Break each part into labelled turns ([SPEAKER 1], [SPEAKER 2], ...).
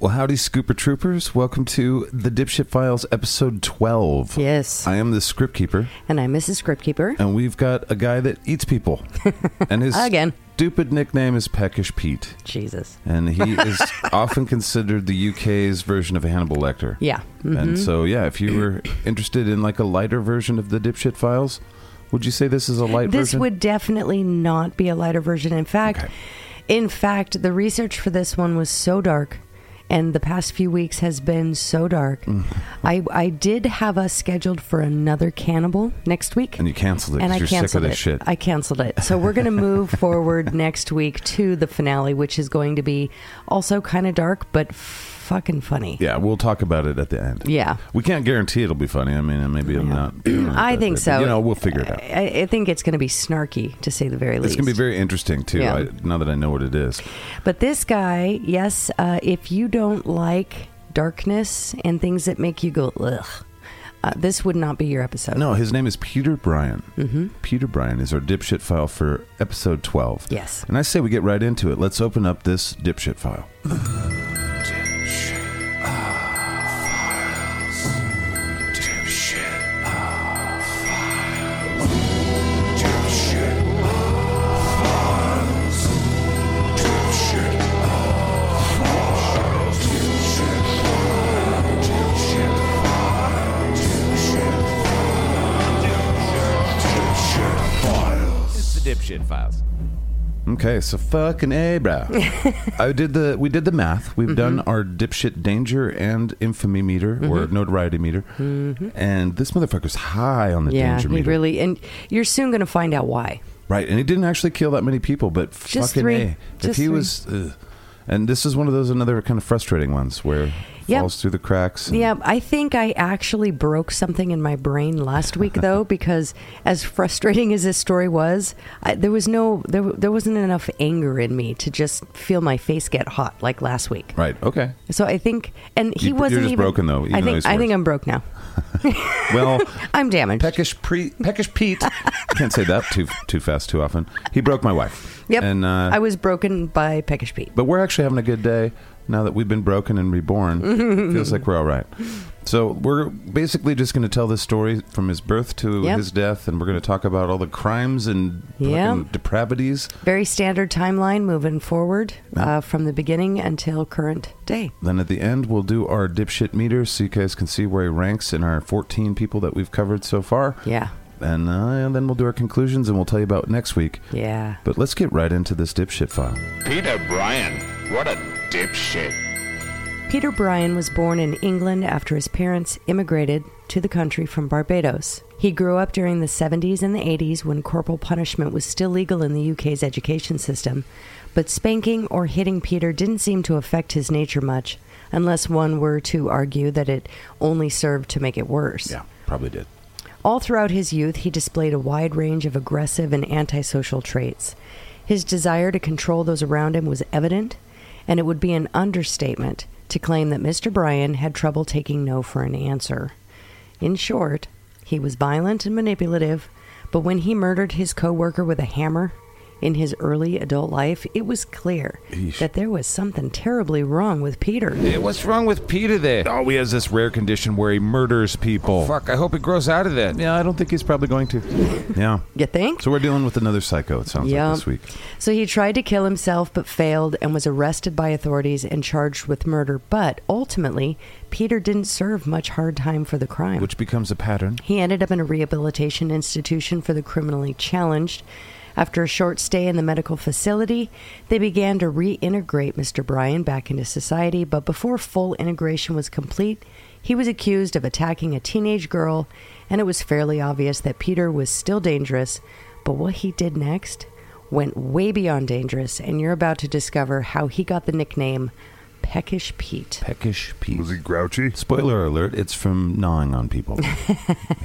[SPEAKER 1] Well, howdy, Scooper Troopers. Welcome to the Dipshit Files, episode 12.
[SPEAKER 2] Yes.
[SPEAKER 1] I am the script keeper,
[SPEAKER 2] And I'm Mrs. Scriptkeeper.
[SPEAKER 1] and we've got a guy that eats people. And his
[SPEAKER 2] Again.
[SPEAKER 1] stupid nickname is Peckish Pete.
[SPEAKER 2] Jesus.
[SPEAKER 1] And he is often considered the UK's version of Hannibal Lecter.
[SPEAKER 2] Yeah. Mm. Mm-hmm.
[SPEAKER 1] And so, yeah, if you were interested in like a lighter version of the Dipshit Files, would you say this is a light
[SPEAKER 2] This
[SPEAKER 1] version?
[SPEAKER 2] would definitely not be a lighter version. In fact,
[SPEAKER 1] Okay.
[SPEAKER 2] in fact, the research for this one was so dark and the past few weeks has been so dark.
[SPEAKER 1] Mm.
[SPEAKER 2] I I did have us scheduled for another cannibal next week.
[SPEAKER 1] and you canceled it
[SPEAKER 2] and
[SPEAKER 1] because
[SPEAKER 2] I
[SPEAKER 1] you're sick of
[SPEAKER 2] canceled
[SPEAKER 1] this
[SPEAKER 2] it.
[SPEAKER 1] shit.
[SPEAKER 2] I canceled it. So we're going to move forward next week to the finale, which is going to be also kind of dark, but fucking funny.
[SPEAKER 1] yeah, we'll talk about it at the end.
[SPEAKER 2] Yeah.
[SPEAKER 1] We can't guarantee it'll be funny. I mean, maybe I'm not.
[SPEAKER 2] I think
[SPEAKER 1] But,
[SPEAKER 2] so.
[SPEAKER 1] You know, we'll figure it out.
[SPEAKER 2] I, I think it's going to be snarky, to say the very
[SPEAKER 1] It's
[SPEAKER 2] least.
[SPEAKER 1] going to be very interesting too.
[SPEAKER 2] Yeah.
[SPEAKER 1] I, now that I know what it is,
[SPEAKER 2] but this guy, yes, uh, if you don't like darkness and things that make you go ugh, uh, this would not be your episode.
[SPEAKER 1] no, his name is Peter Bryan. Mm-hmm. Peter Bryan is our dipshit file for episode twelve.
[SPEAKER 2] Yes.
[SPEAKER 1] and I say we get right into it. Let's open up this dipshit file.
[SPEAKER 3] the dipshit files.
[SPEAKER 1] Okay, so fucking a bro. I did the we did the math. We've done
[SPEAKER 2] Mm-hmm.
[SPEAKER 1] our dipshit danger and infamy meter or notoriety meter, and this motherfucker's high on the
[SPEAKER 2] Mm-hmm. Yeah,
[SPEAKER 1] danger
[SPEAKER 2] he
[SPEAKER 1] meter,
[SPEAKER 2] really, and you're soon going to find out why.
[SPEAKER 1] right? And he didn't actually kill that many people, but fucking
[SPEAKER 2] three.
[SPEAKER 1] a. if
[SPEAKER 2] Just
[SPEAKER 1] he
[SPEAKER 2] three.
[SPEAKER 1] was, ugh. and this is one of those another kind of frustrating ones where it
[SPEAKER 2] Yep.
[SPEAKER 1] falls through the cracks. and-
[SPEAKER 2] Yeah, I think I actually broke something in my brain last week, though, because as frustrating as this story was, I, there was no, there, there wasn't enough anger in me to just feel my face get hot like last week.
[SPEAKER 1] Right. Okay.
[SPEAKER 2] So I think, and he
[SPEAKER 1] You- you're
[SPEAKER 2] wasn't
[SPEAKER 1] just
[SPEAKER 2] even
[SPEAKER 1] broken, though, even
[SPEAKER 2] I
[SPEAKER 1] though
[SPEAKER 2] think
[SPEAKER 1] he's
[SPEAKER 2] I think
[SPEAKER 1] worse.
[SPEAKER 2] I'm broke now.
[SPEAKER 1] Well,
[SPEAKER 2] I'm damaged.
[SPEAKER 1] peckish pre peckish Pete. I can't say that too too fast too often. He broke my wife.
[SPEAKER 2] yep,
[SPEAKER 1] And uh,
[SPEAKER 2] I was broken by peckish Pete.
[SPEAKER 1] but we're actually having a good day now that we've been broken and reborn. Feels like we're all right. So we're basically just going to tell this story from his birth to
[SPEAKER 2] Yep.
[SPEAKER 1] his death, and we're going to talk about all the crimes and
[SPEAKER 2] Yeah.
[SPEAKER 1] fucking depravities.
[SPEAKER 2] Very standard timeline moving forward uh, from the beginning until current day.
[SPEAKER 1] Then at the end, we'll do our dipshit meter, so you guys can see where he ranks in our 14 people that we've covered so far.
[SPEAKER 2] Yeah,
[SPEAKER 1] And, uh, and then we'll do our conclusions, and we'll tell you about next week.
[SPEAKER 2] yeah.
[SPEAKER 1] But let's get right into this dipshit file.
[SPEAKER 3] Peter Bryan, what a dipshit.
[SPEAKER 2] Peter Bryan was born in England after his parents immigrated to the country from Barbados. He grew up during the 70s and the 80s when corporal punishment was still legal in the UK's education system, but spanking or hitting Peter didn't seem to affect his nature much, unless one were to argue that it only served to make it worse.
[SPEAKER 1] Yeah, probably did.
[SPEAKER 2] All throughout his youth, he displayed a wide range of aggressive and antisocial traits. His desire to control those around him was evident, and it would be an understatement to claim that Mr. Bryan had trouble taking no for an answer. In short, he was violent and manipulative, but when he murdered his coworker with a hammer in his early adult life, it was clear
[SPEAKER 1] Eesh.
[SPEAKER 2] that there was something terribly wrong with Peter.
[SPEAKER 3] what's wrong with Peter there? Oh,
[SPEAKER 1] Oh, he has this rare condition where he murders people.
[SPEAKER 3] Fuck, I hope he grows out of that.
[SPEAKER 1] Yeah, I don't think he's probably going to. yeah.
[SPEAKER 2] You think?
[SPEAKER 1] So we're dealing with another psycho, it sounds
[SPEAKER 2] Yeah.
[SPEAKER 1] like, this week.
[SPEAKER 2] So he tried to kill himself but failed and was arrested by authorities and charged with murder. But ultimately, Peter didn't serve much hard time for the crime.
[SPEAKER 1] Which becomes a pattern.
[SPEAKER 2] he ended up in a rehabilitation institution for the criminally challenged. After a short stay in the medical facility, they began to reintegrate Mr. Bryan back into society, but before full integration was complete, he was accused of attacking a teenage girl, and it was fairly obvious that Peter was still dangerous, but what he did next went way beyond dangerous, and you're about to discover how he got the nickname Peckish Pete.
[SPEAKER 1] Peckish Pete.
[SPEAKER 4] Was he grouchy?
[SPEAKER 1] Spoiler alert, it's from gnawing on people.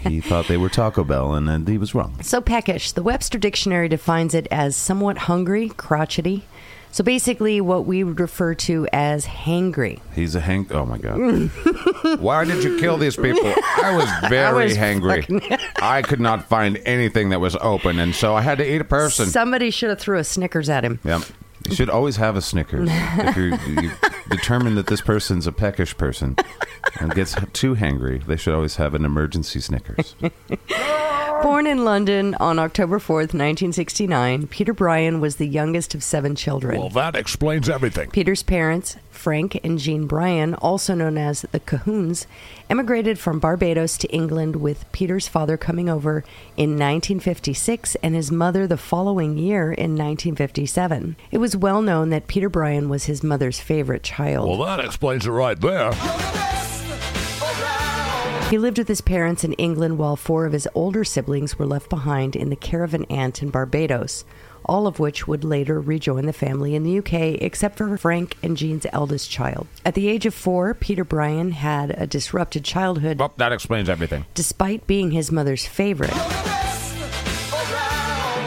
[SPEAKER 1] he thought they were Taco Bell, and then he was wrong.
[SPEAKER 2] So peckish. The Webster Dictionary defines it as somewhat hungry, crotchety. So basically, what we would refer to as hangry.
[SPEAKER 1] He's a hang. Oh, my God.
[SPEAKER 3] Why did you kill these people? I was very
[SPEAKER 2] was
[SPEAKER 3] hangry. I could not find anything that was open, and so I had to eat a person.
[SPEAKER 2] Somebody should have threw a Snickers at him.
[SPEAKER 1] yep. You should always have a Snickers. if you're, you determine that this person's a peckish person and gets too hangry, they should always have an emergency Snickers.
[SPEAKER 2] Born in London on October 4th, 1969, Peter Bryan was the youngest of seven children.
[SPEAKER 4] Well, that explains everything.
[SPEAKER 2] Peter's parents, Frank and Jean Bryan, also known as the Cahoons, emigrated from Barbados to England with Peter's father coming over in 1956 and his mother the following year in 1957. It was well known that Peter Bryan was his mother's favorite child.
[SPEAKER 4] Well, that explains it right there.
[SPEAKER 2] He lived with his parents in England while four of his older siblings were left behind in the care of an aunt in Barbados, all of which would later rejoin the family in the UK, except for Frank and Jean's eldest child. At the age of four, Peter Bryan had a disrupted childhood
[SPEAKER 3] Well, that explains everything.
[SPEAKER 2] despite being his mother's favorite.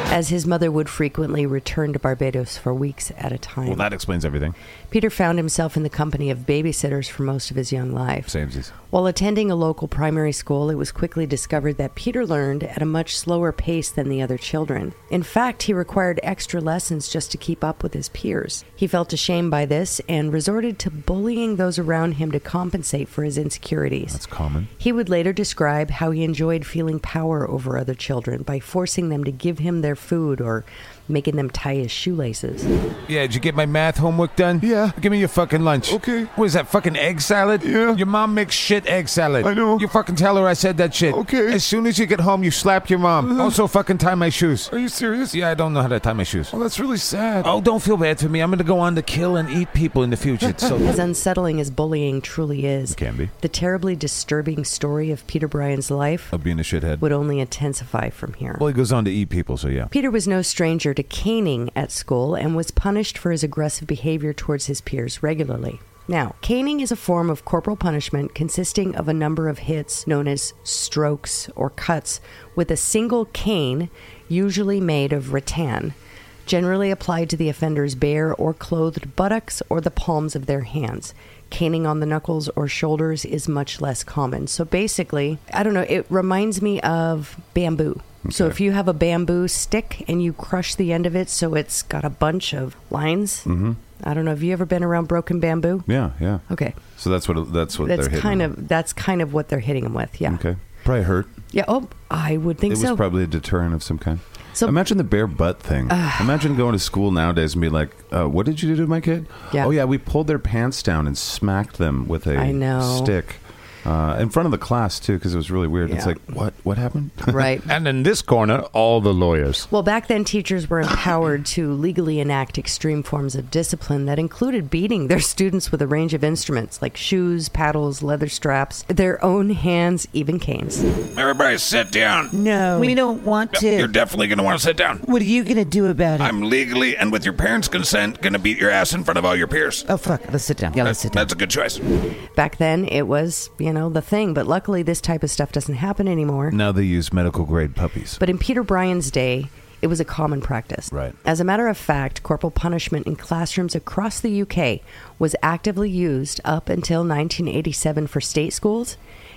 [SPEAKER 2] As his mother would frequently return to Barbados for weeks at a time.
[SPEAKER 3] Well, that explains everything.
[SPEAKER 2] Peter found himself in the company of babysitters for most of his young life.
[SPEAKER 3] Samesies.
[SPEAKER 2] While attending a local primary school, it was quickly discovered that Peter learned at a much slower pace than the other children. In fact, he required extra lessons just to keep up with his peers. He felt ashamed by this and resorted to bullying those around him to compensate for his insecurities.
[SPEAKER 1] That's common.
[SPEAKER 2] He would later describe how he enjoyed feeling power over other children by forcing them to give him their food or making them tie his shoelaces.
[SPEAKER 3] Yeah, did you get my math homework done?
[SPEAKER 1] Yeah.
[SPEAKER 3] Give me your fucking lunch.
[SPEAKER 1] Okay.
[SPEAKER 3] What is that, fucking egg salad?
[SPEAKER 1] Yeah.
[SPEAKER 3] Your mom makes shit egg salad.
[SPEAKER 1] I know.
[SPEAKER 3] You fucking tell her I said that shit.
[SPEAKER 1] Okay. Uh-huh.
[SPEAKER 3] As soon as you get home, you slap your mom. Also, fucking tie my shoes.
[SPEAKER 1] you serious?
[SPEAKER 3] Yeah, I don't know how to tie my shoes.
[SPEAKER 1] Well, that's really sad.
[SPEAKER 3] Oh, don't feel bad for me. I'm gonna go on to kill and eat people in the future. It's so
[SPEAKER 2] As unsettling as bullying truly is,
[SPEAKER 1] It can be.
[SPEAKER 2] the terribly disturbing story of Peter Bryan's life
[SPEAKER 1] Of being a shithead.
[SPEAKER 2] would only intensify from here.
[SPEAKER 1] Well, he goes on to eat people, so yeah.
[SPEAKER 2] Peter was no stranger to caning at school and was punished for his aggressive behavior towards his peers regularly. Now, caning is a form of corporal punishment consisting of a number of hits known as strokes or cuts with a single cane, usually made of rattan, generally applied to the offender's bare or clothed buttocks or the palms of their hands. Caning on the knuckles or shoulders is much less common. So basically, I don't know, it reminds me of bamboo. So if you have a bamboo stick and you crush the end of it so it's got a bunch of lines, mm-hmm. I don't know, have you ever been around broken bamboo?
[SPEAKER 1] Yeah, yeah.
[SPEAKER 2] Okay.
[SPEAKER 1] So that's what that's what
[SPEAKER 2] That's
[SPEAKER 1] they're hitting.
[SPEAKER 2] kind
[SPEAKER 1] him.
[SPEAKER 2] of that's kind of what they're hitting him with. Yeah.
[SPEAKER 1] okay. Probably hurt.
[SPEAKER 2] Yeah, oh, I would
[SPEAKER 1] It
[SPEAKER 2] think
[SPEAKER 1] was
[SPEAKER 2] so.
[SPEAKER 1] probably a deterrent of some kind.
[SPEAKER 2] So-
[SPEAKER 1] imagine the bare butt thing. imagine going to school nowadays and be like, uh, "What did you do to my kid?"
[SPEAKER 2] Yeah.
[SPEAKER 1] Oh yeah, we pulled their pants down and smacked them with a
[SPEAKER 2] I know.
[SPEAKER 1] stick uh, in front of the class too, because it was really weird. It's
[SPEAKER 2] Yeah.
[SPEAKER 1] like, what what happened?
[SPEAKER 2] right.
[SPEAKER 3] And in this corner, all the lawyers.
[SPEAKER 2] Well, back then, teachers were empowered to legally enact extreme forms of discipline that included beating their students with a range of instruments like shoes, paddles, leather straps, their own hands, even canes.
[SPEAKER 4] Everybody sit down.
[SPEAKER 5] No. We don't want
[SPEAKER 4] You're
[SPEAKER 5] to.
[SPEAKER 4] definitely gonna want to sit down.
[SPEAKER 5] What are you going to do about it?
[SPEAKER 4] I'm legally and with your parents' consent gonna beat your ass in front of all your peers.
[SPEAKER 5] oh, fuck. Let's sit down. Yeah, let's sit down.
[SPEAKER 4] That's a good choice.
[SPEAKER 2] Back then, it was, you know, the thing, but luckily, this type of stuff doesn't happen anymore.
[SPEAKER 1] now they use medical grade puppies.
[SPEAKER 2] But in Peter Bryan's day, it was a common practice.
[SPEAKER 1] Right.
[SPEAKER 2] As a matter of fact, corporal punishment in classrooms across the UK was actively used up until 1987 for state schools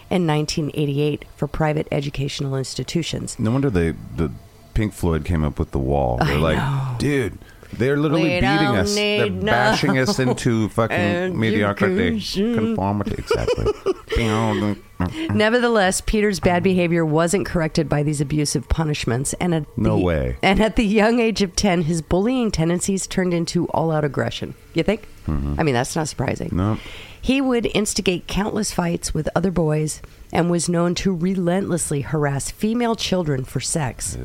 [SPEAKER 2] and 1988 for private educational institutions.
[SPEAKER 1] No wonder they the Pink Floyd came up with the wall. They're like, dude. They're literally
[SPEAKER 2] We
[SPEAKER 1] beating
[SPEAKER 2] don't
[SPEAKER 1] us. They're
[SPEAKER 2] need
[SPEAKER 1] bashing us into fucking mediocrity,
[SPEAKER 2] education.
[SPEAKER 1] conformity. Exactly.
[SPEAKER 2] Nevertheless, Peter's bad behavior wasn't corrected by these abusive punishments, and at
[SPEAKER 1] No
[SPEAKER 2] the,
[SPEAKER 1] way.
[SPEAKER 2] And at the young age of ten, his bullying tendencies turned into all-out aggression. You think? I mean, that's not surprising.
[SPEAKER 1] Mm-hmm. No.
[SPEAKER 2] He would instigate countless fights with other boys and was known to relentlessly harass female children for sex.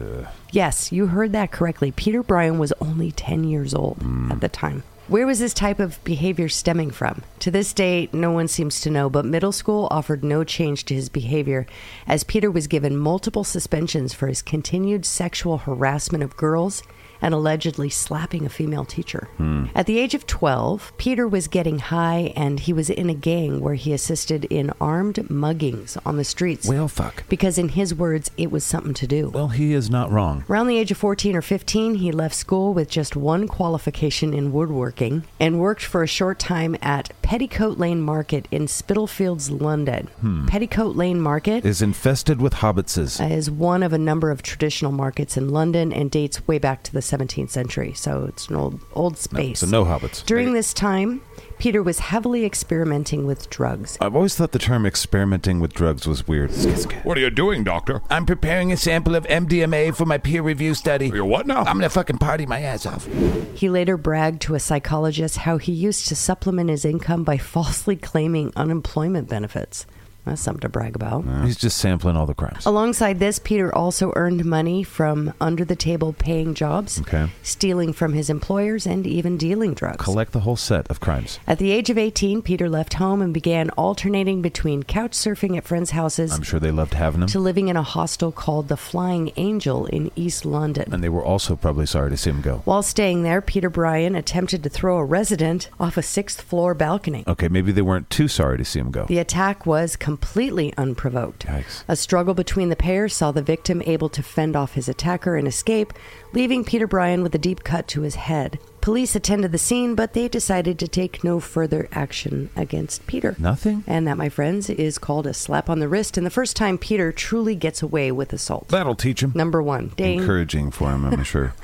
[SPEAKER 2] Yes, you heard that correctly. Peter Bryan was only 10 years old at the time. Where was this type of behavior stemming from? To this day, no one seems to know, but middle school offered no change to his behavior as Peter was given multiple suspensions for his continued sexual harassment of girls and allegedly slapping a female teacher. At the age of 12, Peter was getting high and he was in a gang where he assisted in armed muggings on the streets
[SPEAKER 1] well, fuck.
[SPEAKER 2] because, in his words, it was something to do.
[SPEAKER 1] Well, he is not wrong.
[SPEAKER 2] Around the age of 14 or 15, he left school with just one qualification in woodworking and worked for a short time at Petticoat Lane Market in Spitalfields, London. Petticoat Lane Market
[SPEAKER 1] Hmm. Is infested with hobbitses.
[SPEAKER 2] is one of a number of traditional markets in London and dates way back to the 17th century, so it's an old old space.
[SPEAKER 1] so no hobbits.
[SPEAKER 2] During this time, Peter was heavily experimenting with drugs.
[SPEAKER 1] I've always thought the term experimenting with drugs was weird.
[SPEAKER 4] What are you doing, Doctor?
[SPEAKER 1] I'm preparing a sample of MDMA for my peer review study.
[SPEAKER 4] You're what now?
[SPEAKER 1] gonna fucking party my ass off.
[SPEAKER 2] He later bragged to a psychologist how he used to supplement his income by falsely claiming unemployment benefits. That's something to brag about.
[SPEAKER 1] He's just sampling all the crimes.
[SPEAKER 2] Alongside this, Peter also earned money from under the table paying jobs,
[SPEAKER 1] Okay.
[SPEAKER 2] stealing from his employers, and even dealing drugs.
[SPEAKER 1] Collect the whole set of crimes.
[SPEAKER 2] At the age of 18, Peter left home and began alternating between couch surfing at friends' houses
[SPEAKER 1] I'm sure they loved having him.
[SPEAKER 2] to living in a hostel called the Flying Angel in East London.
[SPEAKER 1] And they were also probably sorry to see him go.
[SPEAKER 2] While staying there, Peter Bryan attempted to throw a resident off a sixth floor balcony.
[SPEAKER 1] Okay, maybe they weren't too sorry to see him go.
[SPEAKER 2] The attack was completely unprovoked.
[SPEAKER 1] Yikes.
[SPEAKER 2] A struggle between the pairs saw the victim able to fend off his attacker and escape, leaving Peter Bryan with a deep cut to his head. Police attended the scene, but they decided to take no further action against Peter.
[SPEAKER 1] Nothing?
[SPEAKER 2] And that, my friends, is called a slap on the wrist and the first time Peter truly gets away with assault.
[SPEAKER 1] That'll teach him.
[SPEAKER 2] Number one, ding.
[SPEAKER 1] Encouraging for him, I'm sure.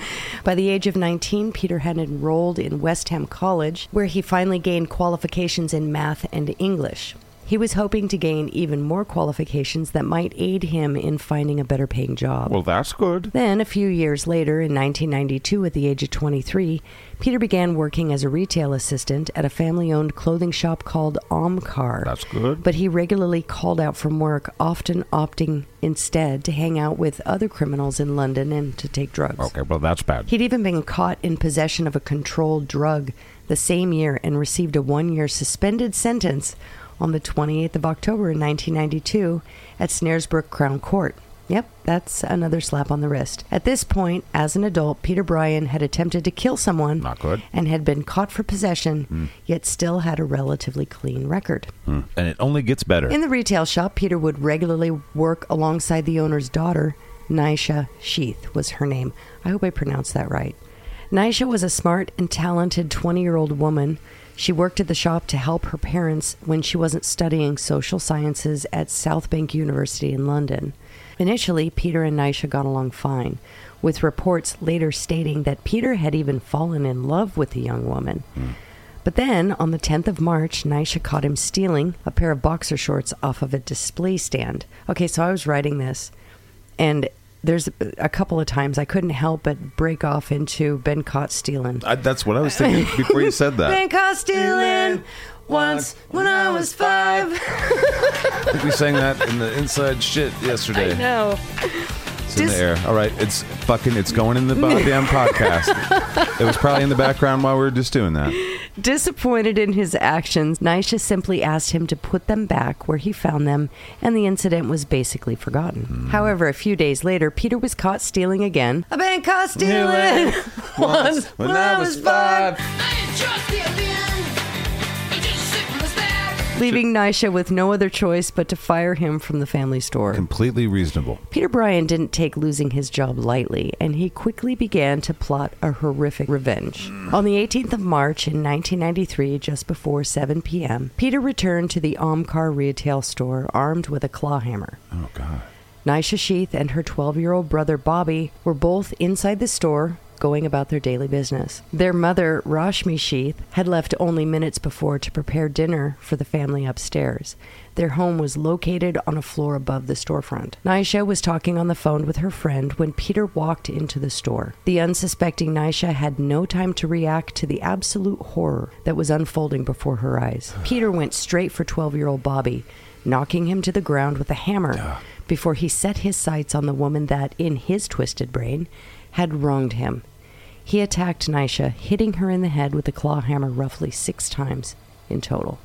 [SPEAKER 2] By the age of 19, Peter had enrolled in West Ham College, where he finally gained qualifications in math and English. He was hoping to gain even more qualifications that might aid him in finding a better paying job.
[SPEAKER 3] Well, that's good.
[SPEAKER 2] then, a few years later, in 1992, at the age of 23, Peter began working as a retail assistant at a family owned clothing shop called Omcar.
[SPEAKER 3] That's good.
[SPEAKER 2] But he regularly called out from work, often opting instead to hang out with other criminals in London and to take drugs.
[SPEAKER 3] Okay, well, that's bad.
[SPEAKER 2] He'd even been caught in possession of a controlled drug the same year and received a one year suspended sentence on the 28th of October in 1992 at Snaresbrook Crown Court. Yep, that's another slap on the wrist. At this point, as an adult, Peter Bryan had attempted to kill someone
[SPEAKER 3] Not good. Hmm.
[SPEAKER 2] and had been caught for possession, yet still had a relatively clean record.
[SPEAKER 1] Hmm. And it only gets better.
[SPEAKER 2] In the retail shop, Peter would regularly work alongside the owner's daughter, Nisha Sheath was her name. I hope I pronounced that right. Nisha was a smart and talented 20 year old woman. She worked at the shop to help her parents when she wasn't studying social sciences at South Bank University in London. Initially, Peter and Nisha got along fine, with reports later stating that Peter had even fallen in love with the young woman. But then, on the 10th of March, Nisha caught him stealing a pair of boxer shorts off of a display stand. Okay, so I was writing this, and there's a couple of times I couldn't help but break off into been caught stealing.
[SPEAKER 1] I, that's what I was thinking before you said that.
[SPEAKER 2] Been caught stealing once when I was five.
[SPEAKER 1] I think we sang that in the inside shit yesterday.
[SPEAKER 2] No.
[SPEAKER 1] It's in
[SPEAKER 2] Just-
[SPEAKER 1] the air. All right, it's fucking, it's going in the bo- damn podcast. it was probably in the background while we were just doing that.
[SPEAKER 2] Disappointed in his actions, Nisha simply asked him to put them back where he found them, and the incident was basically forgotten. However, a few days later, Peter was caught stealing again. I've been caught stealing once when I was five. Leaving Nisha with no other choice but to fire him from the family store.
[SPEAKER 1] Completely reasonable.
[SPEAKER 2] Peter Bryan didn't take losing his job lightly, and he quickly began to plot a horrific revenge. On the 18th of March in 1993, just before 7 p.m., Peter returned to the Omcar retail store armed with a claw hammer.
[SPEAKER 1] Oh, God.
[SPEAKER 2] Nisha Sheath and her 12 year old brother Bobby were both inside the store going about their daily business. Their mother, Rashmi Sheath, had left only minutes before to prepare dinner for the family upstairs. Their home was located on a floor above the storefront. Nisha was talking on the phone with her friend when Peter walked into the store. The unsuspecting Nisha had no time to react to the absolute horror that was unfolding before her eyes. Peter went straight for 12 year old Bobby, knocking him to the ground with a hammer before he set his sights on the woman that, in his twisted brain, had wronged him. He attacked Nisha, hitting her in the head with a claw hammer roughly six times in total.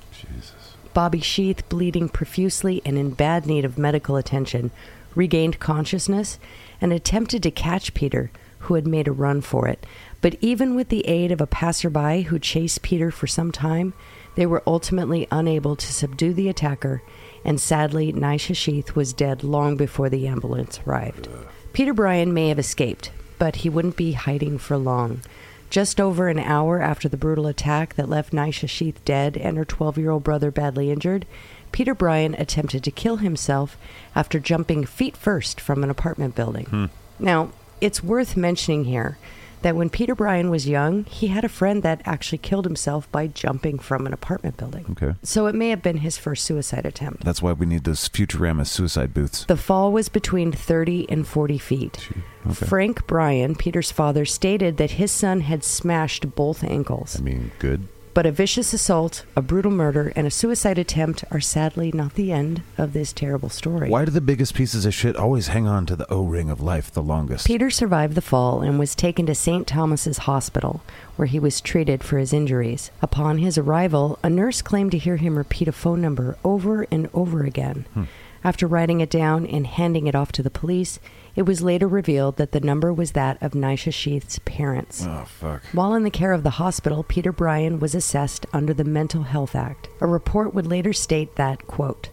[SPEAKER 2] Bobby Sheath, bleeding profusely and in bad need of medical attention, regained consciousness and attempted to catch Peter, who had made a run for it. But even with the aid of a passerby who chased Peter for some time, they were ultimately unable to subdue the attacker, and sadly, Nisha Sheath was dead long before the ambulance arrived. Peter Bryan may have escaped, but he wouldn't be hiding for long. Just over an hour after the brutal attack that left Nisha Sheath dead and her 12 year old brother badly injured, Peter Bryan attempted to kill himself after
[SPEAKER 1] Hmm.
[SPEAKER 2] jumping feet first from an apartment building. Now, it's worth mentioning here that when Peter Bryan was young, he had a friend that actually killed himself by jumping from an apartment building.
[SPEAKER 1] Okay.
[SPEAKER 2] So it may have been his first suicide attempt.
[SPEAKER 1] That's why we need those Futurama suicide booths.
[SPEAKER 2] The fall was between 30 and 40 feet.
[SPEAKER 1] okay.
[SPEAKER 2] Frank Bryan, Peter's father, stated that his son had smashed both ankles.
[SPEAKER 1] I mean, good.
[SPEAKER 2] But a vicious assault, a brutal murder, and a suicide attempt are sadly not the end of this terrible story.
[SPEAKER 1] Why do the biggest pieces of shit always hang on to the O ring of life the longest?
[SPEAKER 2] Peter survived the fall and was taken to St. Thomas's Hospital, where he was treated for his injuries. Upon his arrival, a nurse claimed to hear him repeat a phone number over and over again.
[SPEAKER 1] Hmm.
[SPEAKER 2] After writing it down and handing it off to the police, it was later revealed that the number was that of Nisha Sheath's parents.
[SPEAKER 1] Oh, fuck.
[SPEAKER 2] While in the care of the hospital, Peter Bryan was assessed under the Mental Health Act. A report would later state that, quote,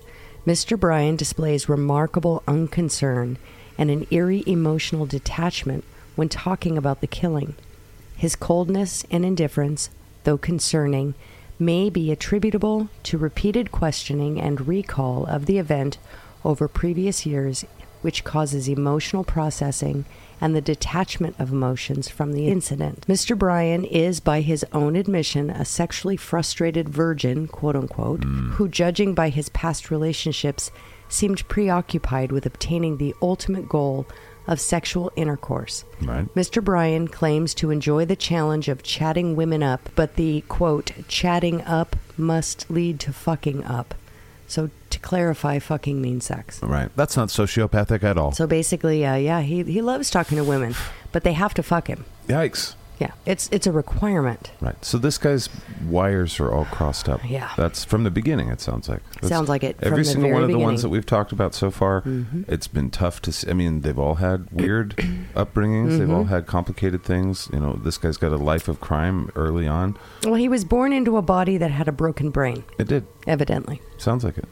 [SPEAKER 2] Mr. Bryan displays remarkable unconcern and an eerie emotional detachment when talking about the killing. His coldness and indifference, though concerning, may be attributable to repeated questioning and recall of the event over previous years, which causes emotional processing and the detachment of emotions from the incident. Mr. Bryan is, by his own admission, a sexually frustrated virgin, quote unquote, who, judging by his past relationships, seemed preoccupied with obtaining the ultimate goal of sexual intercourse.
[SPEAKER 1] Right.
[SPEAKER 2] Mr. Bryan claims to enjoy the challenge of chatting women up, but the quote, chatting up must lead to fucking up. So, to clarify, fucking means sex.
[SPEAKER 1] Right. That's not sociopathic at all.
[SPEAKER 2] So basically, uh, yeah, he, he loves talking to women, but they have to fuck him.
[SPEAKER 1] Yikes.
[SPEAKER 2] Yeah, it's it's a requirement.
[SPEAKER 1] Right. So this guy's wires are all crossed up.
[SPEAKER 2] Yeah.
[SPEAKER 1] That's from the beginning. It sounds like. That's-
[SPEAKER 2] Sounds like it from
[SPEAKER 1] Every
[SPEAKER 2] the
[SPEAKER 1] single
[SPEAKER 2] very
[SPEAKER 1] one of the
[SPEAKER 2] beginning. Mm-hmm.
[SPEAKER 1] ones that we've talked about so far, it's been tough to. See. I mean, they've all had weird upbringings. They've
[SPEAKER 2] Mm-hmm.
[SPEAKER 1] all had complicated things. You know, this guy's got a life of crime early on.
[SPEAKER 2] Well, he was born into a body that had a broken brain,
[SPEAKER 1] It did.
[SPEAKER 2] evidently.
[SPEAKER 1] Sounds like it.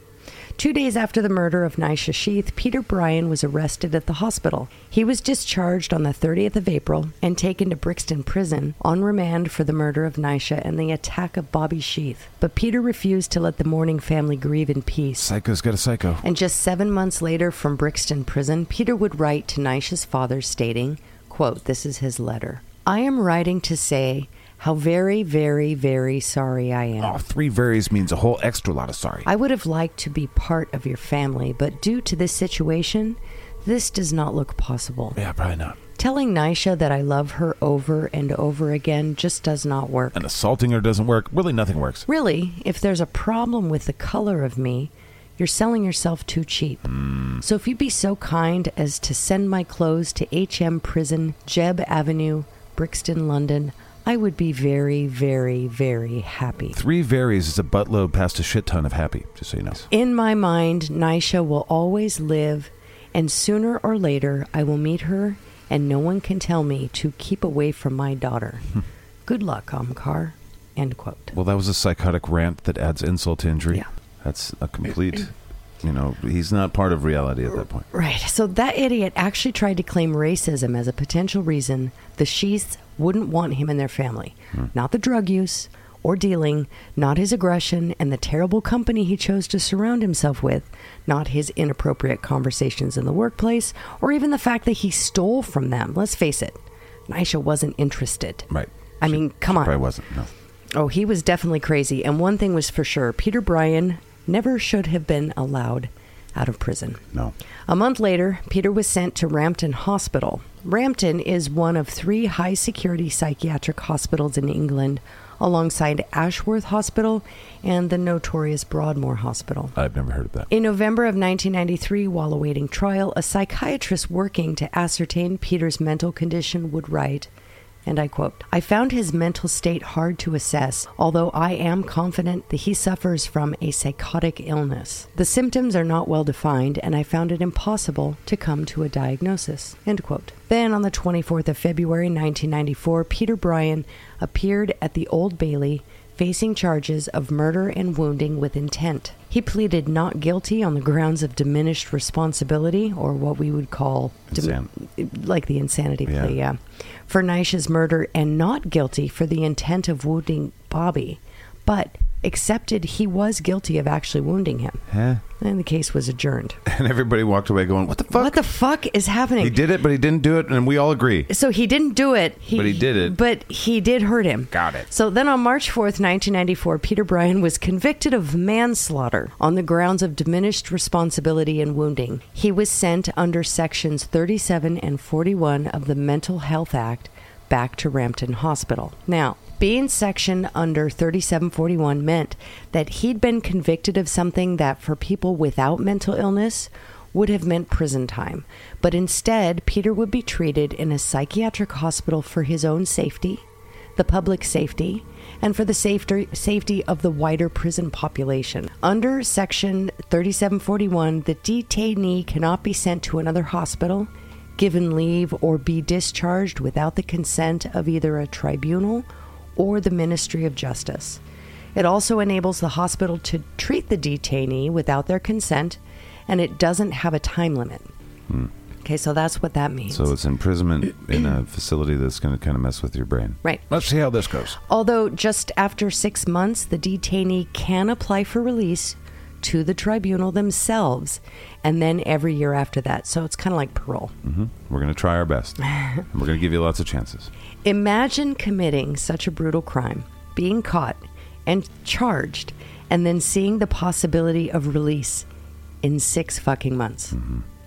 [SPEAKER 2] Two days after the murder of Nisha Sheath, Peter Bryan was arrested at the hospital. He was discharged on the 30th of April and taken to Brixton Prison on remand for the murder of Nisha and the attack of Bobby Sheath. But Peter refused to let the Mourning family grieve in peace.
[SPEAKER 1] Psycho's got a psycho.
[SPEAKER 2] And just seven months later, from Brixton Prison, Peter would write to Nisha's father stating, quote, this is his letter. I am writing to say how very, very, very sorry I am.
[SPEAKER 1] Oh, three varies means a whole extra lot of sorry.
[SPEAKER 2] I would have liked to be part of your family, but due to this situation, this does not look possible.
[SPEAKER 1] yeah, probably not.
[SPEAKER 2] Telling Nisha that I love her over and over again just does not work.
[SPEAKER 1] And assaulting her doesn't work. Really, nothing works.
[SPEAKER 2] Really, if there's a problem with the color of me, you're selling yourself too cheap. So if you'd be so kind as to send my clothes to HM Prison, Jeb Avenue, Brixton, London, I would be very, very, very happy.
[SPEAKER 1] Three varies is a buttload past a shit ton of happy. Just so you know.
[SPEAKER 2] In my mind, Nisha will always live, and sooner or later, I will meet her, and no one can tell me to keep away from my daughter. Good luck, Omkar. End quote.
[SPEAKER 1] Well, that was a psychotic rant that adds insult to injury.
[SPEAKER 2] Yeah.
[SPEAKER 1] That's a complete, you know, he's not part of reality at that point.
[SPEAKER 2] Right. So that idiot actually tried to claim racism as a potential reason the Sheaths wouldn't want him in their family.
[SPEAKER 1] Hmm.
[SPEAKER 2] Not the drug use or dealing, not his aggression and the terrible company he chose to surround himself with, not his inappropriate conversations in the workplace, or even the fact that he stole from them. Let's face it, Nisha wasn't interested.
[SPEAKER 1] Right.
[SPEAKER 2] I mean, come on.
[SPEAKER 1] Probably wasn't. No.
[SPEAKER 2] Oh, he was definitely crazy. And one thing was for sure Peter Bryan never should have been allowed out of prison.
[SPEAKER 1] No.
[SPEAKER 2] A month later, Peter was sent to Rampton Hospital. Rampton is one of three high security psychiatric hospitals in England, alongside Ashworth Hospital and the notorious Broadmoor Hospital.
[SPEAKER 1] I've never heard of that.
[SPEAKER 2] In November of 1993, while awaiting trial, a psychiatrist working to ascertain Peter's mental condition would write, and I quote, I found his mental state hard to assess, although I am confident that he suffers from a psychotic illness. The symptoms are not well defined, and I found it impossible to come to a diagnosis. End quote. Then on the 24th of February 1994, Peter Bryan appeared at the Old Bailey facing charges of murder and wounding with intent. He pleaded not guilty on the grounds of diminished responsibility, or what we would call
[SPEAKER 1] Insan-
[SPEAKER 2] like the insanity
[SPEAKER 1] Yeah.
[SPEAKER 2] plea, yeah, for Nisha's murder, and not guilty for the intent of wounding Bobby. But accepted he was guilty of actually wounding him.
[SPEAKER 1] Huh?
[SPEAKER 2] And the case was adjourned.
[SPEAKER 1] And everybody walked away going, "What the fuck?"
[SPEAKER 2] What the fuck is happening?
[SPEAKER 1] he did it, but he didn't do it, and we all agree.
[SPEAKER 2] so he didn't do it. He,
[SPEAKER 1] But he did it.
[SPEAKER 2] But he did hurt him.
[SPEAKER 1] Got it.
[SPEAKER 2] So then on March 4th, 1994, Peter Bryan was convicted of manslaughter on the grounds of diminished responsibility and wounding. He was sent under sections 37 and 41 of the Mental Health Act back to Rampton Hospital. Now, being sectioned under 3741 meant that he'd been convicted of something that for people without mental illness would have meant prison time. But instead, Peter would be treated in a psychiatric hospital for his own safety, the public safety, and for the safety, safety of the wider prison population. Under Section 3741, the detainee cannot be sent to another hospital, given leave, or be discharged without the consent of either a tribunal or the Ministry of Justice. It also enables the hospital to treat the detainee without their consent, and it doesn't have a time limit. Okay, so that's what that means.
[SPEAKER 1] Hmm. So it's imprisonment in a facility that's going to kind of mess with your brain.
[SPEAKER 2] right.
[SPEAKER 3] Let's see how this goes.
[SPEAKER 2] Although, just after six months, the detainee can apply for release to the tribunal themselves, and then every year after that. So it's kind of like parole.
[SPEAKER 1] We're going to try our best, and we're going to give you lots of chances.
[SPEAKER 2] Imagine committing such a brutal crime, being caught and charged, and then seeing the possibility of release in six fucking months.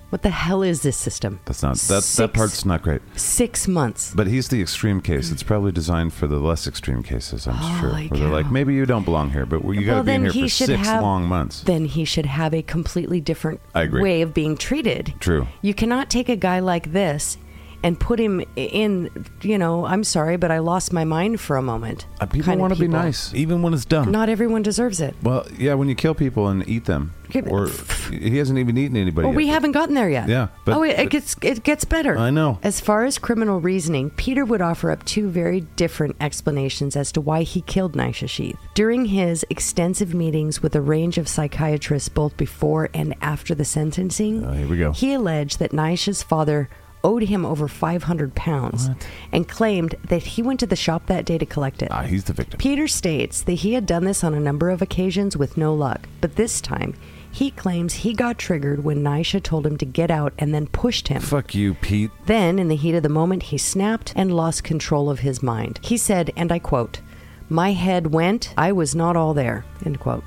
[SPEAKER 2] What the hell is this system?
[SPEAKER 1] That's not that that
[SPEAKER 2] Six-
[SPEAKER 1] part's not great.
[SPEAKER 2] Six months.
[SPEAKER 1] But he's the extreme case. It's probably designed for the less extreme cases. I'm sure.
[SPEAKER 2] Holy
[SPEAKER 1] Where they're
[SPEAKER 2] cow.
[SPEAKER 1] like, maybe you don't belong here, but you got to
[SPEAKER 2] Oh, well,
[SPEAKER 1] be in
[SPEAKER 2] then
[SPEAKER 1] here
[SPEAKER 2] he
[SPEAKER 1] for
[SPEAKER 2] should
[SPEAKER 1] six
[SPEAKER 2] have
[SPEAKER 1] long months.
[SPEAKER 2] Then he should have a completely different
[SPEAKER 1] I agree.
[SPEAKER 2] way of being treated.
[SPEAKER 1] True.
[SPEAKER 2] You cannot take a guy like this and put him in. You know, I'm sorry, but I lost my mind for a moment.
[SPEAKER 1] Uh, people
[SPEAKER 2] kind of
[SPEAKER 1] want to be
[SPEAKER 2] people.
[SPEAKER 1] nice, even when it's dumb.
[SPEAKER 2] Not everyone deserves it.
[SPEAKER 1] well, yeah, when you kill people and eat them,
[SPEAKER 2] Okay, but-
[SPEAKER 1] or he hasn't even eaten anybody.
[SPEAKER 2] Well,
[SPEAKER 1] yet.
[SPEAKER 2] we haven't gotten there yet.
[SPEAKER 1] Yeah, but-
[SPEAKER 2] oh, it, it
[SPEAKER 1] but-
[SPEAKER 2] gets it gets better.
[SPEAKER 1] I know.
[SPEAKER 2] As far as criminal reasoning, Peter would offer up two very different explanations as to why he killed Nisha Sheath. During his extensive meetings with a range of psychiatrists, both before and after the sentencing,
[SPEAKER 1] Oh, here we go.
[SPEAKER 2] He alleged that Nisha's father owed him over 500 pounds and claimed that he went to the shop that day to collect it.
[SPEAKER 1] Ah, he's the victim.
[SPEAKER 2] Peter states that he had done this on a number of occasions with no luck, but this time he claims he got triggered when Nisha told him to get out and then pushed him.
[SPEAKER 1] Fuck you, Pete.
[SPEAKER 2] Then, in the heat of the moment, he snapped and lost control of his mind. He said, and I quote, My head went, I was not all there, end quote.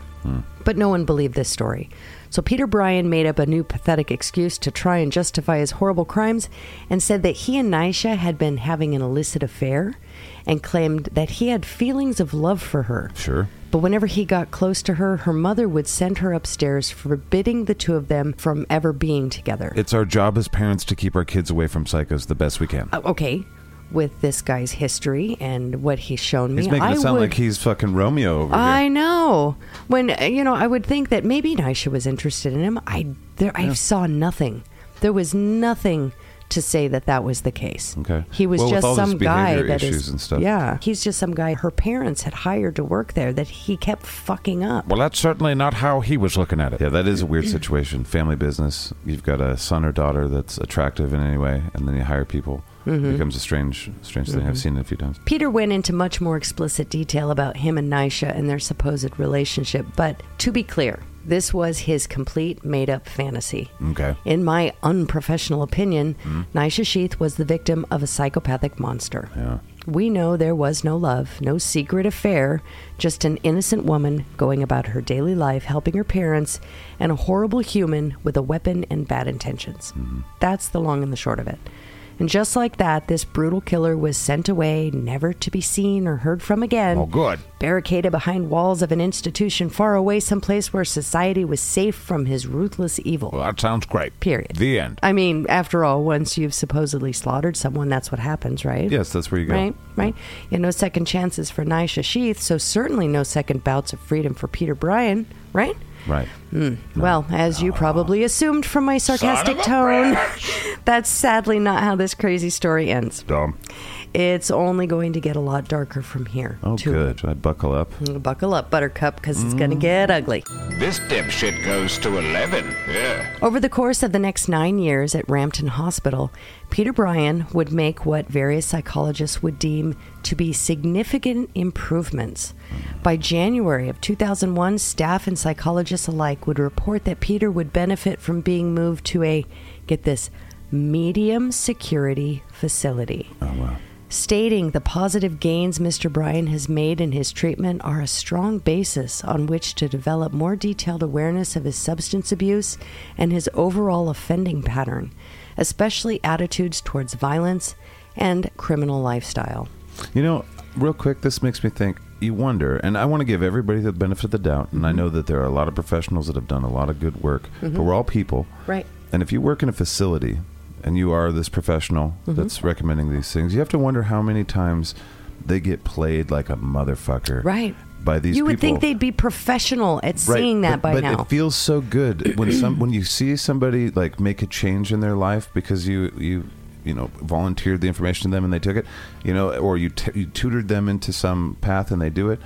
[SPEAKER 2] But no one believed this story. So Peter Bryan made up a new pathetic excuse to try and justify his horrible crimes and said that he and Nisha had been having an illicit affair and claimed that he had feelings of love for her.
[SPEAKER 1] Sure.
[SPEAKER 2] But whenever he got close to her, her mother would send her upstairs, forbidding the two of them from ever being together.
[SPEAKER 1] It's our job as parents to keep our kids away from psychos the best we can.
[SPEAKER 2] Uh, okay with this guy's history and what he's shown me.
[SPEAKER 1] He's making
[SPEAKER 2] I
[SPEAKER 1] it sound
[SPEAKER 2] would,
[SPEAKER 1] like he's fucking Romeo over
[SPEAKER 2] I
[SPEAKER 1] here.
[SPEAKER 2] know. When uh, you know, I would think that maybe Nisha was interested in him. I there I saw nothing. There was nothing to say that that was the case.
[SPEAKER 1] Okay.
[SPEAKER 2] He was
[SPEAKER 1] Well, with
[SPEAKER 2] just
[SPEAKER 1] all this
[SPEAKER 2] some guy
[SPEAKER 1] behavior
[SPEAKER 2] that is
[SPEAKER 1] issues and stuff.
[SPEAKER 2] Yeah. He's just some guy her parents had hired to work there that he kept fucking up.
[SPEAKER 3] Well, that's certainly not how he was looking at it.
[SPEAKER 1] Yeah, that is a weird situation. Family business. You've got a son or daughter that's attractive in any way, and then you hire people.
[SPEAKER 2] Mm-hmm.
[SPEAKER 1] It becomes a strange, strange thing. I've seen it a few times.
[SPEAKER 2] Peter went into much more explicit detail about him and Nisha and their supposed relationship, but to be clear, this was his complete made up fantasy.
[SPEAKER 1] Okay.
[SPEAKER 2] In my unprofessional opinion,
[SPEAKER 3] Hmm.
[SPEAKER 2] Nisha Sheath was the victim of a psychopathic monster.
[SPEAKER 1] Yeah.
[SPEAKER 2] We know there was no love, no secret affair, just an innocent woman going about her daily life, helping her parents, and a horrible human with a weapon and bad intentions.
[SPEAKER 3] Hmm.
[SPEAKER 2] That's the long and the short of it. And just like that, this brutal killer was sent away, never to be seen or heard from again.
[SPEAKER 3] Oh, good.
[SPEAKER 2] Barricaded behind walls of an institution far away, someplace where society was safe from his ruthless evil.
[SPEAKER 3] Well, that sounds great.
[SPEAKER 2] Period.
[SPEAKER 3] The end.
[SPEAKER 2] I mean, after all, once you've supposedly slaughtered someone, that's what happens, right?
[SPEAKER 1] Yes, that's where you go.
[SPEAKER 2] Right, right. Yeah, no second chances for Nisha Sheath, so certainly no second bouts of freedom for Peter Bryan, right?
[SPEAKER 1] Right.
[SPEAKER 2] Well, as you probably assumed from my sarcastic tone, that's sadly not how this crazy story ends.
[SPEAKER 1] Dumb.
[SPEAKER 2] It's only going to get a lot darker from here.
[SPEAKER 1] Oh,
[SPEAKER 2] too.
[SPEAKER 1] good. I buckle up.
[SPEAKER 2] Buckle up, Buttercup, because it's going to get ugly.
[SPEAKER 4] This dipshit goes to 11. Yeah.
[SPEAKER 2] Over the course of the next nine years at Rampton Hospital, Peter Bryan would make what various psychologists would deem to be significant improvements. By January of 2001, staff and psychologists alike would report that Peter would benefit from being moved to a, get this, medium security facility.
[SPEAKER 1] Oh, wow.
[SPEAKER 2] Stating the positive gains Mr. Bryan has made in his treatment are a strong basis on which to develop more detailed awareness of his substance abuse and his overall offending pattern, especially attitudes towards violence and criminal lifestyle.
[SPEAKER 1] You know, real quick, this makes me think. You wonder, and I want to give everybody the benefit of the doubt, and I
[SPEAKER 2] Mm-hmm.
[SPEAKER 1] know that there are a lot of professionals that have done a lot of good work, but we're all people.
[SPEAKER 2] Right.
[SPEAKER 1] And if you work in a facility and you are this professional
[SPEAKER 2] Mm-hmm.
[SPEAKER 1] that's recommending these things, you have to wonder how many times they get played like a motherfucker.
[SPEAKER 2] Right.
[SPEAKER 1] By these
[SPEAKER 2] you would
[SPEAKER 1] people.
[SPEAKER 2] think they'd be professional at seeing that
[SPEAKER 1] but,
[SPEAKER 2] by
[SPEAKER 1] but
[SPEAKER 2] now.
[SPEAKER 1] it feels so good when some when you see somebody like make a change in their life because you you you know volunteered the information to them and they took it, you know, or you, t- you tutored them into some path and they do it.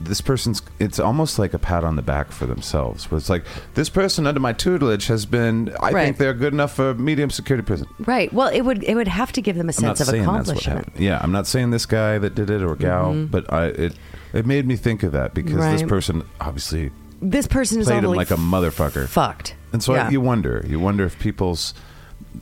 [SPEAKER 1] This person's it's almost like a pat on the back for themselves. Where it's like this person under my tutelage has been. I
[SPEAKER 2] Right.
[SPEAKER 1] think they're good enough for medium security prison.
[SPEAKER 2] right. Well, it would it would have to give them a
[SPEAKER 1] I'm not
[SPEAKER 2] sense of
[SPEAKER 1] saying that's what
[SPEAKER 2] accomplishment. Mm-hmm.
[SPEAKER 1] happened. Yeah, I'm not saying this guy that did it or gal, but I it it made me think of that because this
[SPEAKER 2] Right.
[SPEAKER 1] person obviously
[SPEAKER 2] This person is
[SPEAKER 1] played him
[SPEAKER 2] totally
[SPEAKER 1] like a motherfucker.
[SPEAKER 2] fucked.
[SPEAKER 1] And so
[SPEAKER 2] Yeah.
[SPEAKER 1] you wonder, you wonder if people's,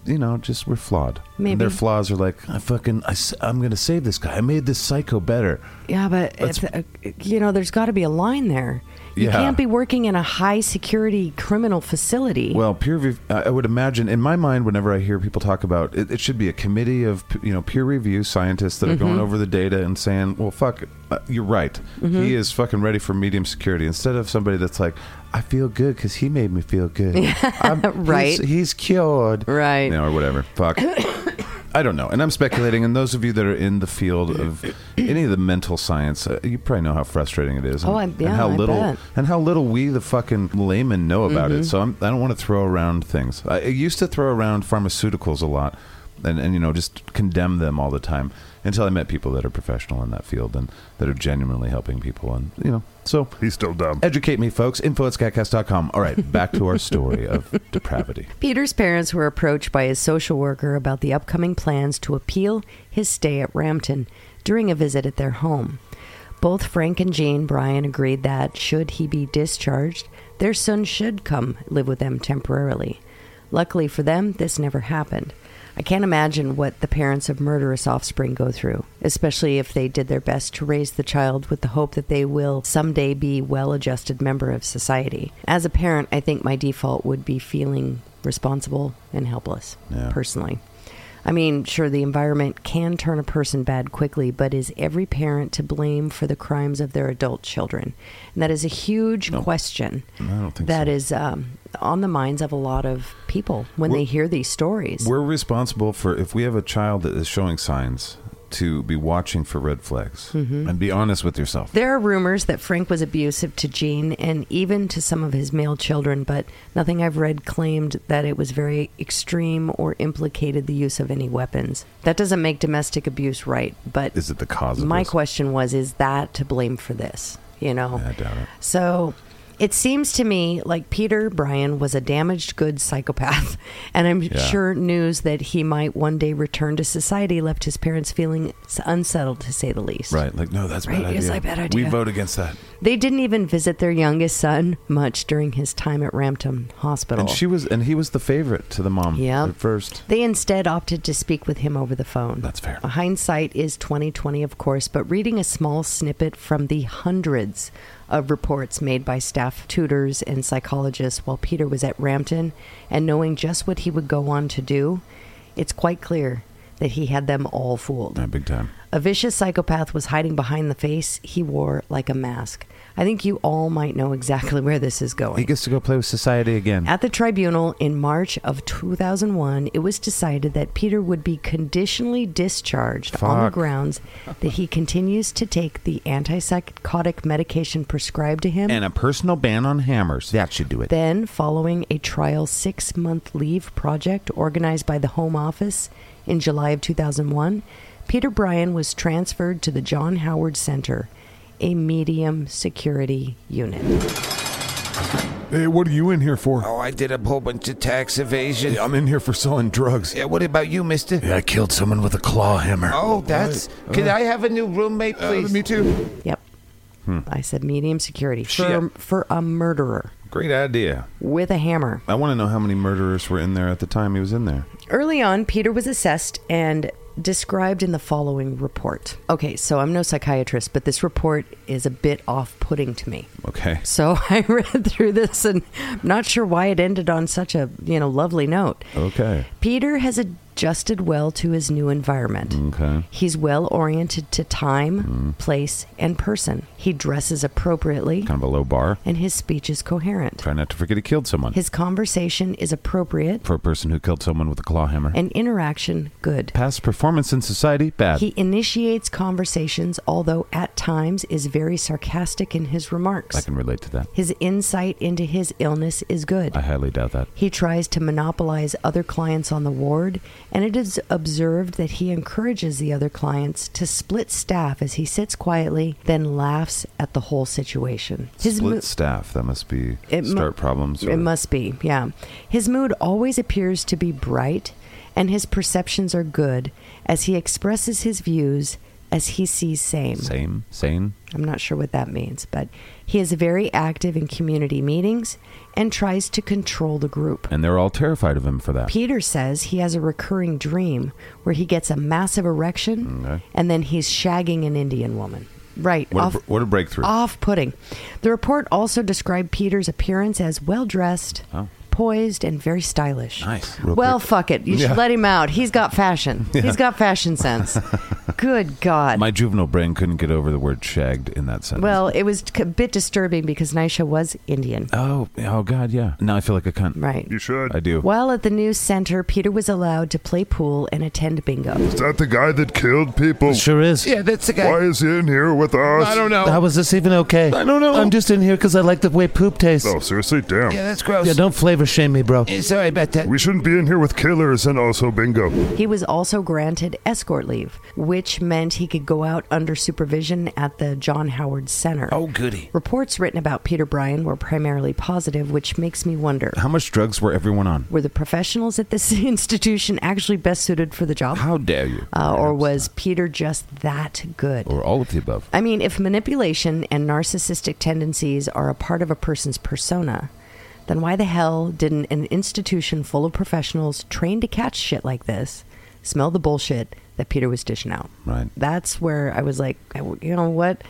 [SPEAKER 1] you know, just we're flawed. And
[SPEAKER 2] Maybe.
[SPEAKER 1] their flaws are like, I fucking, I, am gonna save this guy. I made this psycho better.
[SPEAKER 2] Yeah, but
[SPEAKER 1] That's-
[SPEAKER 2] it's, uh, you know, there's got to be a line there. You
[SPEAKER 1] Yeah.
[SPEAKER 2] can't be working in a high security criminal facility.
[SPEAKER 1] Well, peer review. I I would imagine in my mind, whenever I hear people talk about it, it should be a committee of you know peer review scientists that are
[SPEAKER 2] Mm-hmm.
[SPEAKER 1] going over the data and saying, "Well, fuck, uh, you're right.
[SPEAKER 2] Mm-hmm.
[SPEAKER 1] He is fucking ready for medium security." Instead of somebody that's like, "I feel good because he made me feel good. I'm-
[SPEAKER 2] Right.
[SPEAKER 1] He's, he's cured.
[SPEAKER 2] Right.
[SPEAKER 1] You know, or whatever. Fuck." I don't know, and I'm speculating. And those of you that are in the field of any of the mental science, uh, you probably know how frustrating it is, and,
[SPEAKER 2] Oh, I-
[SPEAKER 1] and
[SPEAKER 2] yeah,
[SPEAKER 1] how
[SPEAKER 2] I
[SPEAKER 1] little
[SPEAKER 2] bet.
[SPEAKER 1] and how little we the fucking laymen know about it. So I'm, I don't want to throw around things. I, I used to throw around pharmaceuticals a lot, and, and you know just condemn them all the time until I met people that are professional in that field and that are genuinely helping people. And you know, so
[SPEAKER 3] He's still dumb.
[SPEAKER 1] educate me, folks. Info at scatcast.com. All right, back to our story of depravity.
[SPEAKER 2] Peter's parents were approached by his social worker about the upcoming plans to appeal his stay at Rampton during a visit at their home. Both Frank and Jane Bryan agreed that, should he be discharged, their son should come live with them temporarily. Luckily for them, this never happened. I can't imagine what the parents of murderous offspring go through, especially if they did their best to raise the child with the hope that they will someday be well adjusted member of society. As a parent, I think my default would be feeling responsible and helpless,
[SPEAKER 1] Yeah.
[SPEAKER 2] personally. I mean, sure, the environment can turn a person bad quickly, but is every parent to blame for the crimes of their adult children? And that is a huge question
[SPEAKER 1] I don't think
[SPEAKER 2] that
[SPEAKER 1] so.
[SPEAKER 2] is um, on the minds of a lot of people when
[SPEAKER 1] We're-
[SPEAKER 2] they hear these stories.
[SPEAKER 1] We're responsible for if we have a child that is showing signs to be watching for red flags and be honest with yourself.
[SPEAKER 2] There are rumors that Frank was abusive to Jean and even to some of his male children, but nothing I've read claimed that it was very extreme or implicated the use of any weapons. That doesn't make domestic abuse right, but
[SPEAKER 1] Is it the cause of
[SPEAKER 2] my
[SPEAKER 1] this?
[SPEAKER 2] question was is that to blame for this? You know?
[SPEAKER 1] Yeah, I doubt it.
[SPEAKER 2] So it seems to me like Peter Bryan was a damaged goods psychopath, and I'm sure news that he might one day return to society left his parents feeling unsettled, to say the least.
[SPEAKER 1] Right, like no, that's a
[SPEAKER 2] Right,
[SPEAKER 1] bad
[SPEAKER 2] it's
[SPEAKER 1] idea.
[SPEAKER 2] a bad
[SPEAKER 1] We
[SPEAKER 2] idea.
[SPEAKER 1] vote against that.
[SPEAKER 2] They didn't even visit their youngest son much during his time at Rampton Hospital.
[SPEAKER 1] And she was, and he was the favorite to the mom.
[SPEAKER 2] Yep.
[SPEAKER 1] at first.
[SPEAKER 2] They instead opted to speak with him over the phone.
[SPEAKER 1] That's fair.
[SPEAKER 2] Hindsight is 2020, of course, but reading a small snippet from the hundreds of reports made by staff tutors and psychologists while Peter was at Rampton and knowing just what he would go on to do, it's quite clear that he had them all fooled.
[SPEAKER 1] Yeah, big time.
[SPEAKER 2] A vicious psychopath was hiding behind the face he wore like a mask. I think you all might know exactly where this is going.
[SPEAKER 1] He gets to go play with society again.
[SPEAKER 2] At the tribunal in March of 2001, it was decided that Peter would be conditionally discharged on the
[SPEAKER 1] Fuck.
[SPEAKER 2] grounds that he continues to take the antipsychotic medication prescribed to him.
[SPEAKER 1] and a personal ban on hammers. That should do it.
[SPEAKER 2] then, following a trial six month leave project organized by the Home Office in July of 2001, Peter Bryan was transferred to the John Howard Center, a medium security unit.
[SPEAKER 1] Hey, what are you in here for?
[SPEAKER 6] Oh, I did a whole bunch of tax evasion.
[SPEAKER 1] I'm in here for selling drugs.
[SPEAKER 6] Yeah, what about you, mister?
[SPEAKER 1] I killed someone with a claw hammer.
[SPEAKER 6] Oh, that's. Can I have a new roommate, please?
[SPEAKER 1] Uh, me too.
[SPEAKER 2] Yep. I said medium security for,
[SPEAKER 1] Shit.
[SPEAKER 2] for a murderer
[SPEAKER 1] Great idea.
[SPEAKER 2] with a hammer.
[SPEAKER 1] I want to know how many murderers were in there at the time he was in there.
[SPEAKER 2] Early on, Peter was assessed and described in the following report. Okay, so I'm no psychiatrist, but this report is a bit off putting to me.
[SPEAKER 1] Okay.
[SPEAKER 2] So I read through this and I'm not sure why it ended on such a, you know, lovely note.
[SPEAKER 1] Okay.
[SPEAKER 2] Peter has adjusted well to his new environment.
[SPEAKER 1] Okay. Mm-hmm.
[SPEAKER 2] He's well oriented to time, place, and person. He dresses appropriately
[SPEAKER 1] Kind of a low bar.
[SPEAKER 2] and his speech is coherent.
[SPEAKER 1] Try not to forget he killed someone.
[SPEAKER 2] His conversation is appropriate
[SPEAKER 1] for a person who killed someone with a claw hammer.
[SPEAKER 2] and interaction good.
[SPEAKER 1] Past performance in society, bad.
[SPEAKER 2] He initiates conversations, although at times is very sarcastic in his
[SPEAKER 1] I
[SPEAKER 2] remarks.
[SPEAKER 1] can relate to that.
[SPEAKER 2] His insight into his illness is good.
[SPEAKER 1] I highly doubt that.
[SPEAKER 2] He tries to monopolize other clients on the ward, and it is observed that he encourages the other clients to split staff as he sits quietly, then laughs at the whole situation. His
[SPEAKER 1] Split
[SPEAKER 2] mo-
[SPEAKER 1] staff. That must be
[SPEAKER 2] it mu-
[SPEAKER 1] start problems.
[SPEAKER 2] It
[SPEAKER 1] or-
[SPEAKER 2] must be, yeah. His mood always appears to be bright, and his perceptions are good as he expresses his views as he sees same.
[SPEAKER 1] Same. Sane.
[SPEAKER 2] I'm not sure what that means, but he is very active in community meetings and tries to control the group.
[SPEAKER 1] And they're all terrified of him for that.
[SPEAKER 2] Peter says he has a recurring dream where he gets a massive erection
[SPEAKER 1] Okay.
[SPEAKER 2] and then he's shagging an Indian woman. Right.
[SPEAKER 1] What a
[SPEAKER 2] off,
[SPEAKER 1] br- what a breakthrough.
[SPEAKER 2] Off putting. The report also described Peter's appearance as well dressed,
[SPEAKER 1] Oh.
[SPEAKER 2] poised, and very stylish.
[SPEAKER 1] Nice. Real
[SPEAKER 2] well,
[SPEAKER 1] quick.
[SPEAKER 2] fuck it. You
[SPEAKER 1] Yeah.
[SPEAKER 2] should let him out. He's got fashion. He's got fashion sense. Good God.
[SPEAKER 1] My juvenile brain couldn't get over the word shagged in that sentence.
[SPEAKER 2] well, it was a bit disturbing because Nisha was Indian.
[SPEAKER 1] Oh, oh God, yeah. Now I feel like a cunt.
[SPEAKER 2] Right.
[SPEAKER 7] should.
[SPEAKER 1] I do.
[SPEAKER 2] While at the news center, Peter was allowed to play pool and attend bingo.
[SPEAKER 7] Is that the guy that killed people?
[SPEAKER 8] Sure is.
[SPEAKER 6] Yeah, that's the guy.
[SPEAKER 7] Why is he in here with us?
[SPEAKER 6] I don't know.
[SPEAKER 8] How is this even okay?
[SPEAKER 6] I don't know.
[SPEAKER 8] I'm just in here because I like the way poop tastes.
[SPEAKER 7] Oh, seriously? Damn.
[SPEAKER 6] Yeah, that's gross.
[SPEAKER 8] Yeah, don't flavor shame me, bro.
[SPEAKER 6] Eh, Sorry about that.
[SPEAKER 7] We shouldn't be in here with killers and also bingo.
[SPEAKER 2] He was also granted escort leave, which meant he could go out under supervision at the John Howard Center.
[SPEAKER 6] Oh, goody.
[SPEAKER 2] Reports written about Peter Bryan were primarily positive, which makes me wonder
[SPEAKER 1] How much drugs were everyone on?
[SPEAKER 2] were the professionals at this institution actually best suited for the job?
[SPEAKER 1] How dare you?
[SPEAKER 2] Uh, or was Peter just that good?
[SPEAKER 1] or all of the above?
[SPEAKER 2] I mean, if manipulation and narcissistic tendencies are a part of a person's persona, then why the hell didn't an institution full of professionals trained to catch shit like this smell the bullshit that Peter was dishing out?
[SPEAKER 1] Right.
[SPEAKER 2] That's where I was like, I- you know what?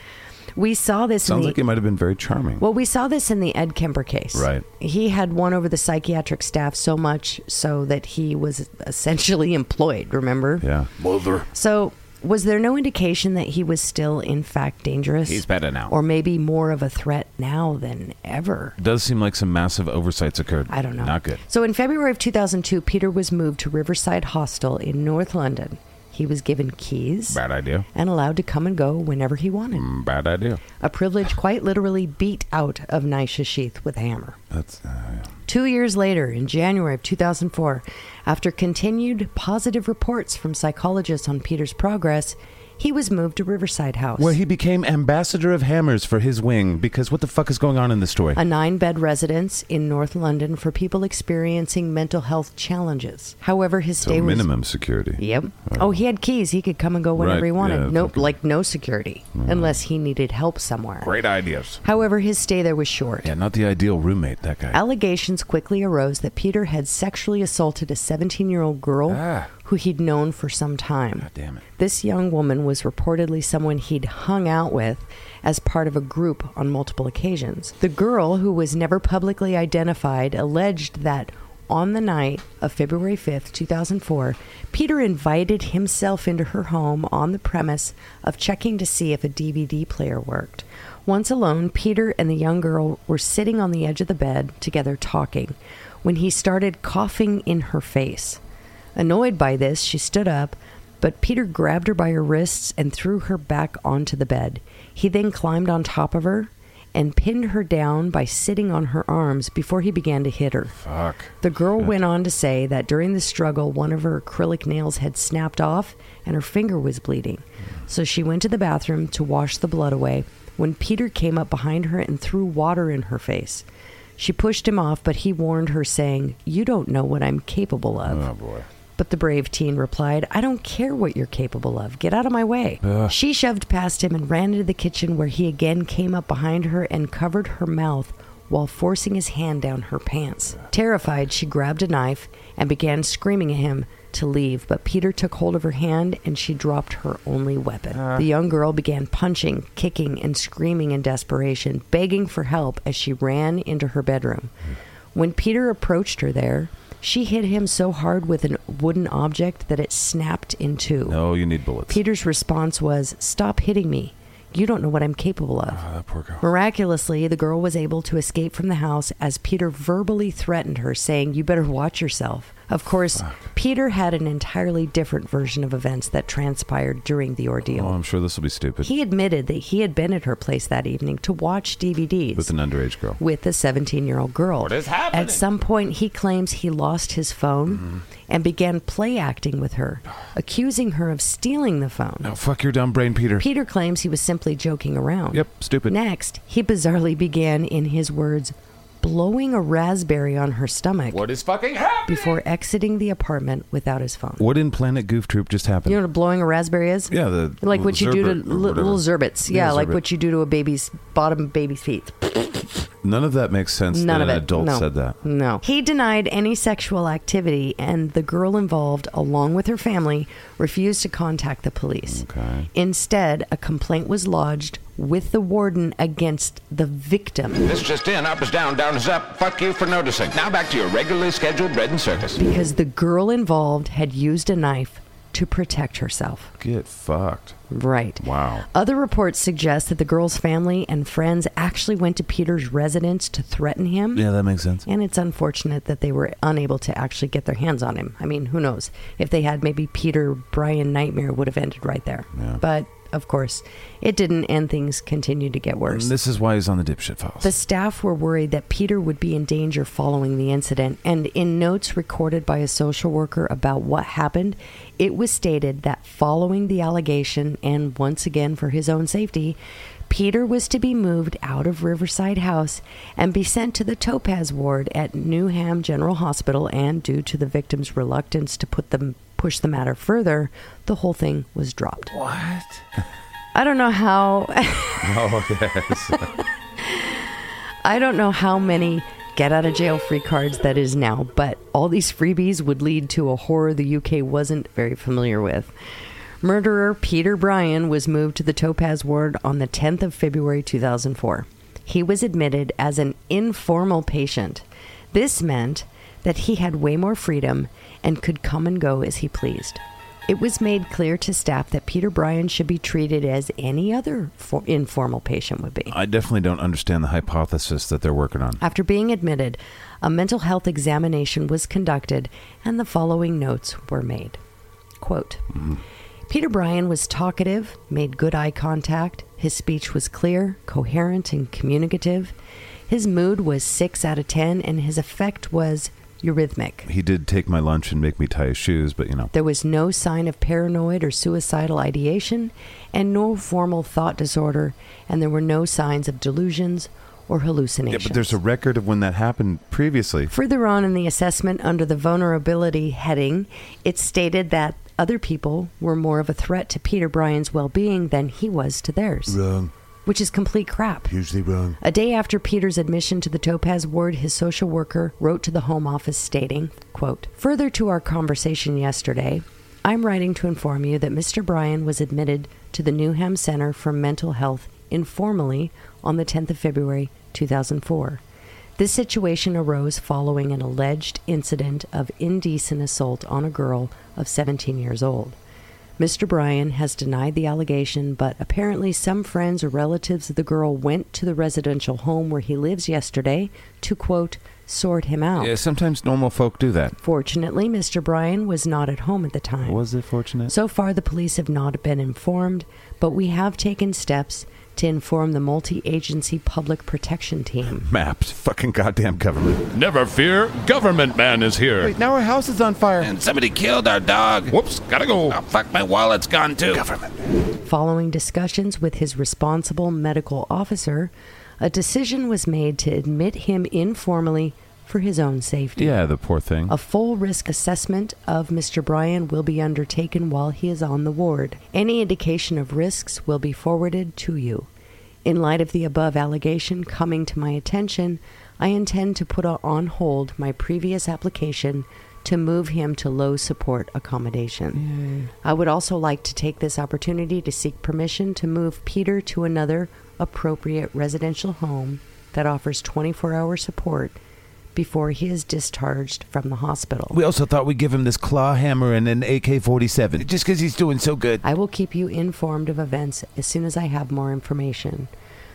[SPEAKER 2] We saw this. in
[SPEAKER 1] Sounds
[SPEAKER 2] the,
[SPEAKER 1] like it might have been very charming.
[SPEAKER 2] well, we saw this in the Ed Kemper case.
[SPEAKER 1] Right.
[SPEAKER 2] He had won over the psychiatric staff so much so that he was essentially employed, remember?
[SPEAKER 1] yeah.
[SPEAKER 2] So, was there no indication that he was still, in fact, dangerous?
[SPEAKER 3] He's better now.
[SPEAKER 2] Or maybe more of a threat now than ever?
[SPEAKER 1] Does seem like some massive oversights occurred.
[SPEAKER 2] I don't know.
[SPEAKER 1] Not good.
[SPEAKER 2] So, in February of 2002, Peter was moved to Riverside Hostel in North London. He was given keys
[SPEAKER 3] Bad idea. Mm.
[SPEAKER 2] and allowed to come and go whenever he wanted.
[SPEAKER 3] Bad idea.
[SPEAKER 2] A privilege quite literally beat out of Nisha Sheath with a hammer.
[SPEAKER 1] That's uh,
[SPEAKER 2] Two years later, in January of 2004, after continued positive reports from psychologists on Peter's progress, he was moved to Riverside House,
[SPEAKER 1] where he became ambassador of hammers for his wing because what the fuck is going on in this story?
[SPEAKER 2] a nine bed residence in North London for people experiencing mental health challenges. However, his
[SPEAKER 1] so
[SPEAKER 2] stay was.
[SPEAKER 1] minimum security.
[SPEAKER 2] Yep. Oh, he had keys. He could come and go whenever
[SPEAKER 1] Right,
[SPEAKER 2] he wanted.
[SPEAKER 1] yeah,
[SPEAKER 2] no,
[SPEAKER 1] okay.
[SPEAKER 2] like no security, unless he needed help somewhere.
[SPEAKER 3] Great ideas.
[SPEAKER 2] However, his stay there was short.
[SPEAKER 1] Yeah, not the ideal roommate. That guy.
[SPEAKER 2] Allegations quickly arose that Peter had sexually assaulted a 17 year old girl
[SPEAKER 1] Ah.
[SPEAKER 2] who he'd known for some time.
[SPEAKER 1] God damn it.
[SPEAKER 2] This young woman was reportedly someone he'd hung out with as part of a group on multiple occasions. The girl, who was never publicly identified, alleged that on the night of February 5th, 2004, Peter invited himself into her home on the premise of checking to see if a DVD player worked. Once alone, Peter and the young girl were sitting on the edge of the bed together talking when he started coughing in her face. Annoyed by this, she stood up, but Peter grabbed her by her wrists and threw her back onto the bed. He then climbed on top of her and pinned her down by sitting on her arms before he began to hit her.
[SPEAKER 1] Fuck.
[SPEAKER 2] The girl went on to say that during the struggle, one of her acrylic nails had snapped off and her finger was bleeding. So she went to the bathroom to wash the blood away when Peter came up behind her and threw water in her face. She pushed him off, but he warned her, saying, You don't know what I'm capable of.
[SPEAKER 1] Oh boy.
[SPEAKER 2] But the brave teen replied, I don't care what you're capable of. Get out of my way. She shoved past him and ran into the kitchen where he again came up behind her and covered her mouth while forcing his hand down her pants. Terrified, she grabbed a knife and began screaming at him to leave, but Peter took hold of her hand and she dropped her only weapon. the young girl began punching, kicking, and screaming in desperation, begging for help as she ran into her bedroom. When Peter approached her there, she hit him so hard with a wooden object that it snapped in two.
[SPEAKER 1] No, you need bullets.
[SPEAKER 2] Peter's response was, Stop hitting me. You don't know what I'm capable of.
[SPEAKER 1] Ah, that poor girl.
[SPEAKER 2] Miraculously, the girl was able to escape from the house as Peter verbally threatened her, saying, You better watch yourself. Of course, Peter had an entirely different version of events that transpired during the
[SPEAKER 1] Oh,
[SPEAKER 2] ordeal.
[SPEAKER 1] I'm sure this will be stupid.
[SPEAKER 2] He admitted that he had been at her place that evening to watch DVDs
[SPEAKER 1] With an underage girl.
[SPEAKER 2] with a 17 year old girl. What
[SPEAKER 6] is happening?
[SPEAKER 2] At some point, he claims he lost his phone
[SPEAKER 1] Mm-hmm.
[SPEAKER 2] and began play acting with her, accusing her of stealing the phone.
[SPEAKER 1] No, fuck your dumb brain, Peter.
[SPEAKER 2] Peter claims he was simply joking around.
[SPEAKER 1] Yep, stupid.
[SPEAKER 2] Next, he bizarrely began, in his words, blowing a raspberry on her stomach
[SPEAKER 6] What is fucking happening?
[SPEAKER 2] before exiting the apartment without his phone.
[SPEAKER 1] What in Planet Goof Troop just happened?
[SPEAKER 2] You know what blowing a raspberry is?
[SPEAKER 1] Yeah, the
[SPEAKER 2] like what you do to
[SPEAKER 1] zerbit or
[SPEAKER 2] li-
[SPEAKER 1] whatever.
[SPEAKER 2] little zerbits. Yeah,
[SPEAKER 1] Yeah,
[SPEAKER 2] like
[SPEAKER 1] zerbit.
[SPEAKER 2] what you do to a baby's bottom baby's feet.
[SPEAKER 1] None of that makes sense
[SPEAKER 2] None
[SPEAKER 1] that
[SPEAKER 2] of
[SPEAKER 1] an
[SPEAKER 2] it.
[SPEAKER 1] adult
[SPEAKER 2] no.
[SPEAKER 1] said that.
[SPEAKER 2] No. He denied any sexual activity, and the girl involved, along with her family, refused to contact the police.
[SPEAKER 1] Okay.
[SPEAKER 2] Instead, a complaint was lodged with the warden against the victim
[SPEAKER 4] This just in, up is down, down is up. Fuck you for noticing. Now back to your regularly scheduled bread and circus.
[SPEAKER 2] because the girl involved had used a knife to protect herself.
[SPEAKER 1] Get fucked.
[SPEAKER 2] Right.
[SPEAKER 1] Wow.
[SPEAKER 2] Other reports suggest that the girl's family and friends actually went to Peter's residence to threaten him.
[SPEAKER 1] Yeah, that makes sense.
[SPEAKER 2] And it's unfortunate that they were unable to actually get their hands on him. I mean, who knows? If they had, maybe Peter Brian Nightmare would have ended right there.
[SPEAKER 1] Yeah.
[SPEAKER 2] But of course, it didn't, and things continued to get
[SPEAKER 1] And
[SPEAKER 2] worse.
[SPEAKER 1] this is why he's on the dipshit files.
[SPEAKER 2] the staff were worried that Peter would be in danger following the incident, and in notes recorded by a social worker about what happened, it was stated that following the allegation, and once again for his own safety, Peter was to be moved out of Riverside House and be sent to the Topaz Ward at Newham General Hospital. And due to the victim's reluctance to put them push the matter further, the whole thing was dropped. What? I don't know how. I don't know how many get out of jail free cards that is now, but all these freebies would lead to a horror the UK wasn't very familiar with. Murderer Peter Bryan was moved to the Topaz Ward on the 10th of February 2004. He was admitted as an informal patient. This meant that he had way more freedom and could come and go as he pleased. It was made clear to staff that Peter Bryan should be treated as any other for- informal patient would be.
[SPEAKER 1] I definitely don't understand the hypothesis that they're working on.
[SPEAKER 2] After being admitted, a mental health examination was conducted and the following notes were made. Quote
[SPEAKER 1] Mm-hmm.
[SPEAKER 2] Peter Bryan was talkative, made good eye contact, his speech was clear, coherent, and communicative. His mood was 6 out of 10, and his effect was eurythmic.
[SPEAKER 1] He did take my lunch and make me tie his shoes, but you know.
[SPEAKER 2] There was no sign of paranoid or suicidal ideation, and no formal thought disorder, and there were no signs of delusions or
[SPEAKER 1] Yeah,
[SPEAKER 2] hallucinations.
[SPEAKER 1] but there's a record of when that happened previously.
[SPEAKER 2] Further on in the assessment, under the vulnerability heading, it stated that other people were more of a threat to Peter Bryan's well being than he was to theirs. Wrong. Which is complete crap.
[SPEAKER 1] Usually wrong.
[SPEAKER 2] A day after Peter's admission to the Topaz Ward, his social worker wrote to the Home Office stating, quote, Further to our conversation yesterday, I'm writing to inform you that Mr. Bryan was admitted to the Newham Center for Mental Health informally on the 10th of February, 2004. This situation arose following an alleged incident of indecent assault on a girl of 17 years old. Mr. Bryan has denied the allegation, but apparently some friends or relatives of the girl went to the residential home where he lives yesterday to, quote, sort him out.
[SPEAKER 1] Yeah, sometimes normal folk do that.
[SPEAKER 2] Fortunately, Mr. Bryan was not at home at the time.
[SPEAKER 1] Was it fortunate?
[SPEAKER 2] So far, the police have not been informed, but we have taken steps to inform the multi agency public protection team.
[SPEAKER 1] Maps. Fucking goddamn government.
[SPEAKER 9] Never fear, government man is here.
[SPEAKER 1] Wait, now our house is on fire.
[SPEAKER 6] And somebody killed our dog.
[SPEAKER 9] Whoops, gotta go.
[SPEAKER 6] Oh, fuck, my wallet's gone too.
[SPEAKER 2] Following discussions with his responsible medical officer, a decision was made to admit him informally for his own safety.
[SPEAKER 1] Yeah, the poor thing.
[SPEAKER 2] A full risk assessment of Mr. Bryan will be undertaken while he is on the ward. Any indication of risks will be forwarded to you. In light of the above allegation coming to my attention, I intend to put on hold my previous application to move him to low support accommodation. I would also like to take this opportunity to seek permission to move Peter to another appropriate residential home that offers 24 hour support before he is discharged from the hospital.
[SPEAKER 6] We also thought we'd give him this claw hammer and an AK
[SPEAKER 1] 47.
[SPEAKER 6] Just because he's doing so good.
[SPEAKER 2] I will keep you informed of events as soon as I have more information.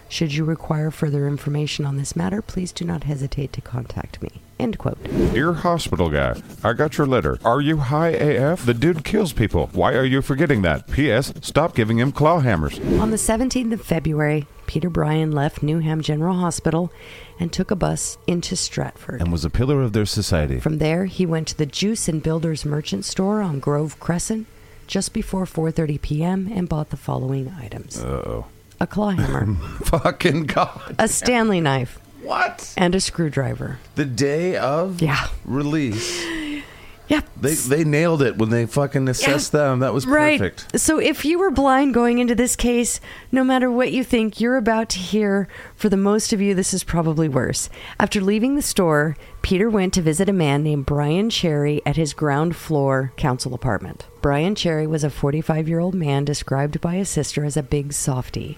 [SPEAKER 2] Should you require further information on this matter, please do not hesitate to contact me. End quote.
[SPEAKER 9] Dear hospital guy, I got your letter. Are you high AF? The dude kills people. Why are you forgetting that? P.S. Stop giving him claw hammers.
[SPEAKER 2] On the 17th of February, Peter Bryan left Newham General Hospital and took a bus into Stratford.
[SPEAKER 1] And was a pillar of their society.
[SPEAKER 2] From there, he went to the Juice and Builders Merchant Store on Grove Crescent just before 4:30 p.m. and bought the following items: a claw hammer,
[SPEAKER 1] Fucking God.
[SPEAKER 2] a Stanley knife,
[SPEAKER 1] What?
[SPEAKER 2] and a screwdriver.
[SPEAKER 1] The day of
[SPEAKER 2] Yeah.
[SPEAKER 1] release.
[SPEAKER 2] Yeah,
[SPEAKER 1] They, they nailed it when they fucking assessed them. That was
[SPEAKER 2] Right.
[SPEAKER 1] perfect.
[SPEAKER 2] So if you were blind going into this case, no matter what you think, you're about to hear, for the most of you, this is probably worse. After leaving the store, Peter went to visit a man named Brian Cherry at his ground floor council apartment. Brian Cherry was a 45 year old man described by his sister as a big softy.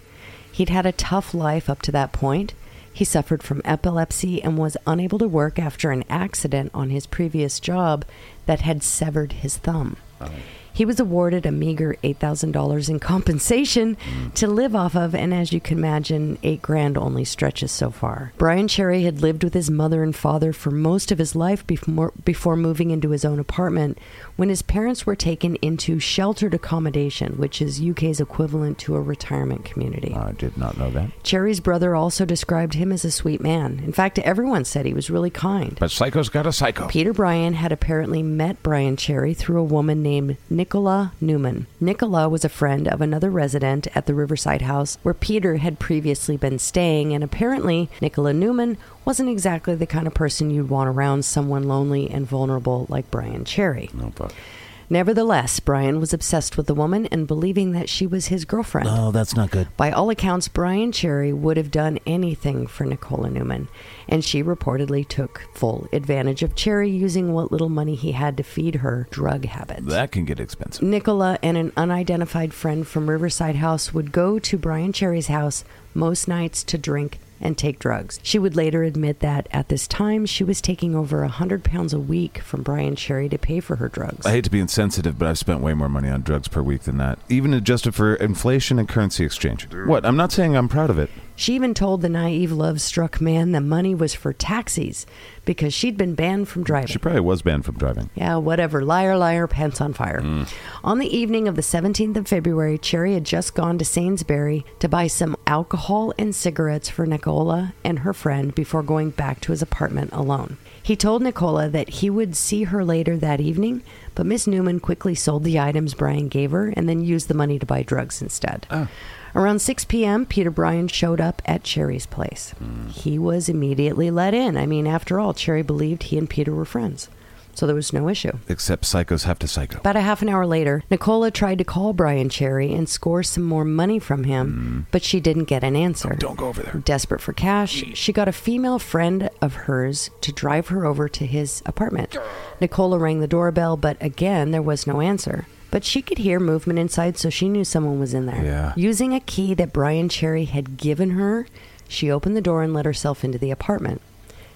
[SPEAKER 2] He'd had a tough life up to that point. He suffered from epilepsy and was unable to work after an accident on his previous job that had severed his thumb. He was awarded a meager $8,000 in compensation to live off of, and as you can imagine, eight grand only stretches so far. Brian Cherry had lived with his mother and father for most of his life before, before moving into his own apartment when his parents were taken into sheltered accommodation, which is UK's equivalent to a retirement community.
[SPEAKER 1] I did not know that.
[SPEAKER 2] Cherry's brother also described him as a sweet man. In fact, everyone said he was really kind.
[SPEAKER 4] But Psycho's got a psycho.
[SPEAKER 2] Peter Bryan had apparently met Brian Cherry through a woman named Nicola Newman. Nicola was a friend of another resident at the Riverside House where Peter had previously been staying, and apparently, Nicola Newman wasn't exactly the kind of person you'd want around someone lonely and vulnerable like Brian Cherry.
[SPEAKER 1] No fuck.
[SPEAKER 2] Nevertheless, Brian was obsessed with the woman and believing that she was his girlfriend.
[SPEAKER 8] Oh, that's not good.
[SPEAKER 2] By all accounts, Brian Cherry would have done anything for Nicola Newman, and she reportedly took full advantage of Cherry using what little money he had to feed her drug habits.
[SPEAKER 1] That can get expensive.
[SPEAKER 2] Nicola and an unidentified friend from Riverside House would go to Brian Cherry's house most nights to drink and take drugs. She would later admit that at this time she was taking over 100 pounds a week from Brian Cherry to pay for her drugs.
[SPEAKER 1] I hate to be insensitive, but I've spent way more money on drugs per week than that, even adjusted for inflation and currency exchange. What? I'm not saying I'm proud of it.
[SPEAKER 2] She even told the naive, love struck man that money was for taxis because she'd been banned from driving.
[SPEAKER 1] She probably was banned from driving.
[SPEAKER 2] Yeah, whatever. Liar, liar, pants on fire. On the evening of the 17th of February, Cherry had just gone to Sainsbury to buy some alcohol and cigarettes for Nicola and her friend before going back to his apartment alone. He told Nicola that he would see her later that evening, but Miss Newman quickly sold the items Brian gave her and then used the money to buy drugs instead. Around 6 p.m., Peter Bryan showed up at Cherry's place. He was immediately let in. I mean, after all, Cherry believed he and Peter were friends so there was no issue.
[SPEAKER 1] Except psychos have to psycho.
[SPEAKER 2] About a half an hour later, Nicola tried to call Brian Cherry and score some more money from him, but she didn't get an answer. Hmm. Oh, don't go over there. Desperate for cash, she got a female friend of hers to drive her over to his apartment. Nicola rang the doorbell, but again, there was no answer. But she could hear movement inside, so she knew someone was in there.
[SPEAKER 1] Yeah.
[SPEAKER 2] Using a key that Brian Cherry had given her, she opened the door and let herself into the apartment.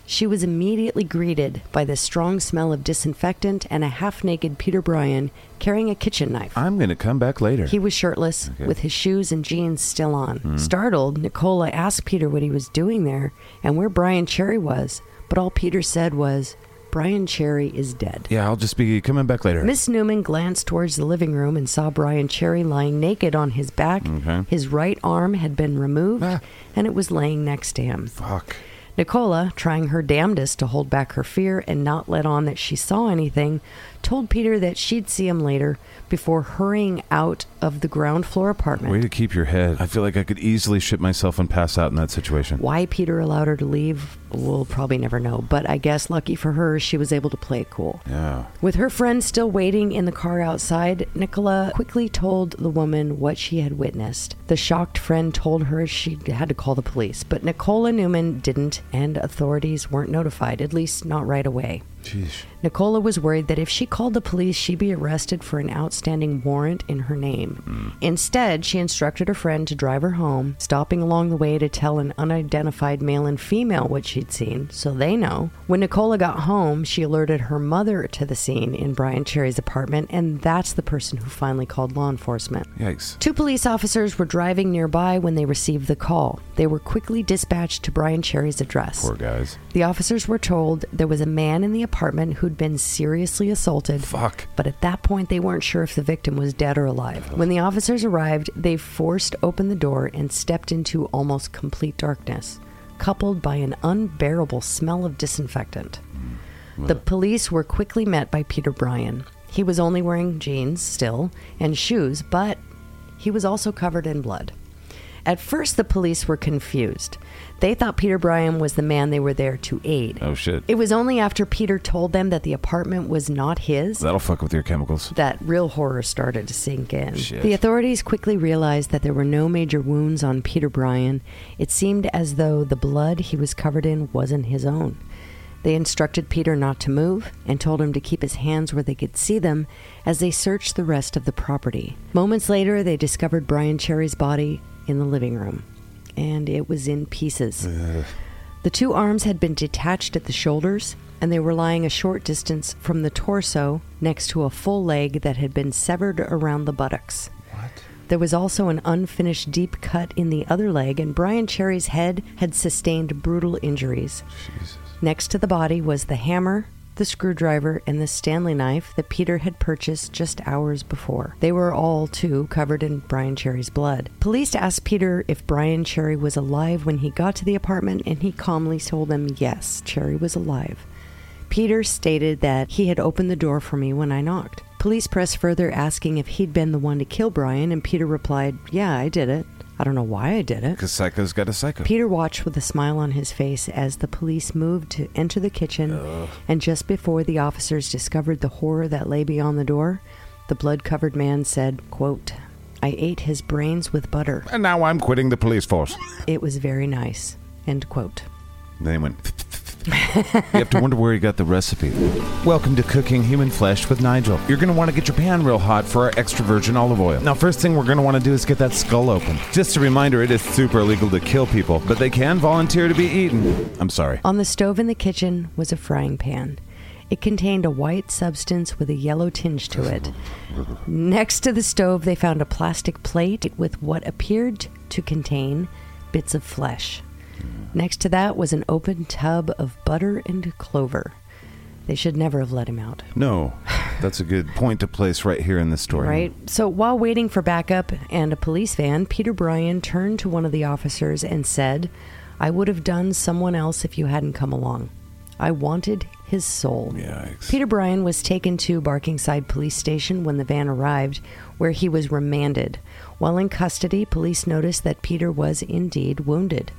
[SPEAKER 2] She was immediately greeted by the strong smell of disinfectant and a half naked Peter Bryan carrying a kitchen knife.
[SPEAKER 1] I'm going to come back later.
[SPEAKER 2] He was shirtless, with his shoes and jeans still on. Startled, Nicola asked Peter what he was doing there and where Brian Cherry was, but all Peter said was, Brian Cherry is dead.
[SPEAKER 1] Yeah, I'll just be coming back later.
[SPEAKER 2] Miss Newman glanced towards the living room and saw Brian Cherry lying naked on his back. His right arm had been removed, and it was laying next to him.
[SPEAKER 1] Fuck.
[SPEAKER 2] Nicola, trying her damnedest to hold back her fear and not let on that she saw anything, told Peter that she'd see him later before hurrying out of the ground floor apartment.
[SPEAKER 1] Way to keep your head. I feel like I could easily shit myself and pass out in that situation.
[SPEAKER 2] Why Peter allowed her to leave, we'll probably never know, but I guess lucky for her, she was able to play it cool.
[SPEAKER 1] Yeah.
[SPEAKER 2] With her friends still waiting in the car outside, Nicola quickly told the woman what she had witnessed. The shocked friend told her she had to call the police, but Nicola Newman didn't, and authorities weren't notified, at least not right away.
[SPEAKER 1] Jeez.
[SPEAKER 2] Nicola was worried that if she called the police, she'd be arrested for an outstanding warrant in her name. Instead, she instructed her friend to drive her home, stopping along the way to tell an unidentified male and female what she'd seen, so they know. When Nicola got home, she alerted her mother to the scene in Brian Cherry's apartment, and that's the person who finally called law enforcement.
[SPEAKER 1] Yikes.
[SPEAKER 2] Two police officers were driving nearby when they received the call. They were quickly dispatched to Brian Cherry's address.
[SPEAKER 1] Poor guys.
[SPEAKER 2] The officers were told there was a man in the apartment who'd been seriously assaulted.
[SPEAKER 1] Fuck.
[SPEAKER 2] But at that point, they weren't sure if the victim was dead or alive. When the officers arrived, they forced open the door and stepped into almost complete darkness, coupled by an unbearable smell of disinfectant. The police were quickly met by Peter Bryan. He was only wearing jeans still and shoes, but he was also covered in blood. At first, the police were confused. They thought Peter Bryan was the man they were there to aid.
[SPEAKER 1] Oh, shit.
[SPEAKER 2] It was only after Peter told them that the apartment was not his
[SPEAKER 1] That'll fuck with your chemicals.
[SPEAKER 2] that real horror started to sink in.
[SPEAKER 1] Shit.
[SPEAKER 2] The authorities quickly realized that there were no major wounds on Peter Bryan. It seemed as though the blood he was covered in wasn't his own. They instructed Peter not to move and told him to keep his hands where they could see them as they searched the rest of the property. Moments later, they discovered Brian Cherry's body in the living room, and it was in pieces. The two arms had been detached at the shoulders, and they were lying a short distance from the torso next to a full leg that had been severed around the buttocks. There was also an unfinished deep cut in the other leg, and Brian Cherry's head had sustained brutal injuries. Next to the body was the hammer, the screwdriver, and the Stanley knife that Peter had purchased just hours before. They were all, too, covered in Brian Cherry's blood. Police asked Peter if Brian Cherry was alive when he got to the apartment, and he calmly told them yes, Cherry was alive. Peter stated that he had opened the door for me when I knocked. Police pressed further, asking if he'd been the one to kill Brian, and Peter replied, Yeah, I did it. I don't know why I did it.
[SPEAKER 1] Because psycho's got a psycho.
[SPEAKER 2] Peter watched with a smile on his face as the police moved to enter the kitchen, and just before the officers discovered the horror that lay beyond the door, the blood-covered man said, quote, "I ate his brains with butter.
[SPEAKER 3] And now I'm quitting the police force.
[SPEAKER 2] It was very nice." End quote.
[SPEAKER 1] Then he went. you have to wonder where he got the recipe. Welcome to Cooking Human Flesh with Nigel.
[SPEAKER 9] You're gonna want to get your pan real hot for our extra virgin olive oil.
[SPEAKER 1] Now, first thing we're going to want to do is get that skull open. Just a reminder, it is super illegal to kill people, but they can volunteer to be eaten. I'm sorry.
[SPEAKER 2] On the stove in the kitchen was a frying pan. It contained a white substance with a yellow tinge to it. Next to the stove, they found a plastic plate with what appeared to contain bits of flesh. Next to that was an open tub of butter and clover. They should never have let him out,
[SPEAKER 1] No, that's a good point to place right here in this story.
[SPEAKER 2] right? So while waiting for backup and a police van, Peter Bryan turned to one of the officers and said, I would have done someone else if you hadn't come along. I wanted his soul.
[SPEAKER 1] Yikes.
[SPEAKER 2] Peter Bryan was taken to Barkingside Police Station when the van arrived, where he was remanded. While in custody, police noticed that Peter was indeed wounded.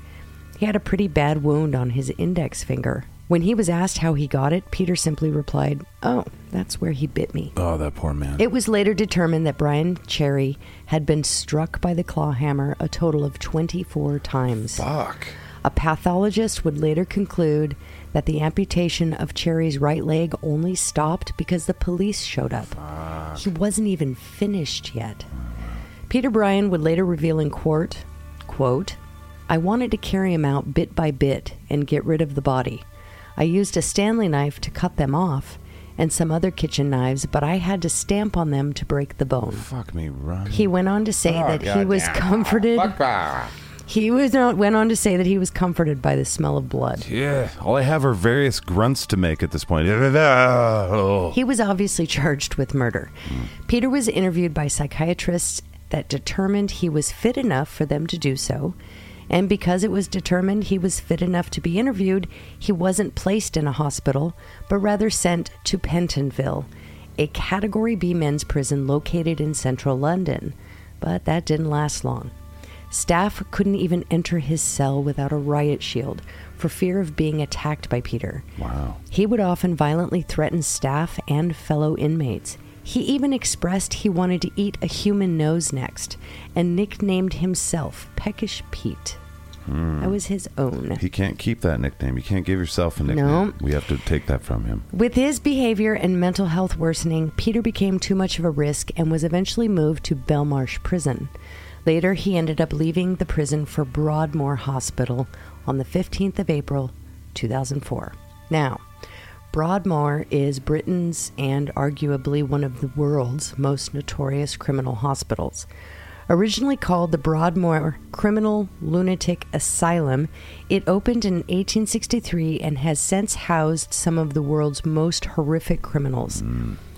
[SPEAKER 2] He had a pretty bad wound on his index finger. When he was asked how he got it, Peter simply replied, Oh, that's where he bit me.
[SPEAKER 1] Oh, that poor man.
[SPEAKER 2] It was later determined that Brian Cherry had been struck by the claw hammer a total of 24 times.
[SPEAKER 1] Fuck.
[SPEAKER 2] A pathologist would later conclude that the amputation of Cherry's right leg only stopped because the police showed up. He wasn't even finished yet. Peter Bryan would later reveal in court, quote, I wanted to carry him out bit by bit and get rid of the body. I used a Stanley knife to cut them off and some other kitchen knives, but I had to stamp on them to break the bone.
[SPEAKER 1] Fuck me, Ron.
[SPEAKER 2] He went on to say that he was comforted He was uh, went on to say that he was comforted by the smell of blood.
[SPEAKER 9] Yeah. All I have are various grunts to make at this point. Oh.
[SPEAKER 2] He was obviously charged with murder. Peter was interviewed by psychiatrists that determined he was fit enough for them to do so. And because it was determined he was fit enough to be interviewed, he wasn't placed in a hospital, but rather sent to Pentonville, a Category B men's prison located in central London. But that didn't last long. Staff couldn't even enter his cell without a riot shield for fear of being attacked by Peter. Wow. He would often violently threaten staff and fellow inmates. He even expressed he wanted to eat a human nose next and nicknamed himself Peckish Pete. That was his own.
[SPEAKER 1] He can't keep that nickname. You can't give yourself a nickname.
[SPEAKER 2] No.
[SPEAKER 1] We have to take that from him.
[SPEAKER 2] With his behavior and mental health worsening, Peter became too much of a risk and was eventually moved to Belmarsh Prison. Later, he ended up leaving the prison for Broadmoor Hospital on the 15th of April, 2004. Now, Broadmoor is Britain's and arguably one of the world's most notorious criminal hospitals. Originally called the Broadmoor Criminal Lunatic Asylum, it opened in 1863 and has since housed some of the world's most horrific criminals.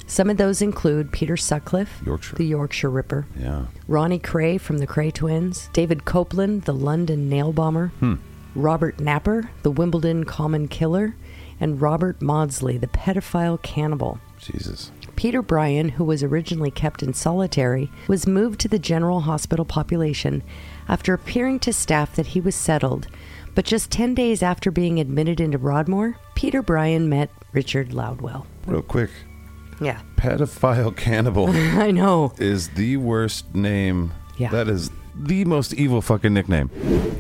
[SPEAKER 2] Some of those include Peter Sutcliffe,
[SPEAKER 1] Mm. Yorkshire.
[SPEAKER 2] the Yorkshire Ripper,
[SPEAKER 1] Yeah.
[SPEAKER 2] Ronnie Cray from the Cray Twins, David Copeland, the London nail bomber,
[SPEAKER 1] Hmm.
[SPEAKER 2] Robert Napper, the Wimbledon common killer, and Robert Maudsley, the pedophile cannibal.
[SPEAKER 1] Jesus.
[SPEAKER 2] Peter Bryan, who was originally kept in solitary, was moved to the general hospital population after appearing to staff that he was settled. But just 10 days after being admitted into Broadmoor, Peter Bryan met Richard Loudwell.
[SPEAKER 1] Real quick.
[SPEAKER 2] Yeah,
[SPEAKER 1] Pedophile cannibal
[SPEAKER 2] I know.
[SPEAKER 1] is the worst name.
[SPEAKER 2] Yeah.
[SPEAKER 1] That is the most evil fucking nickname.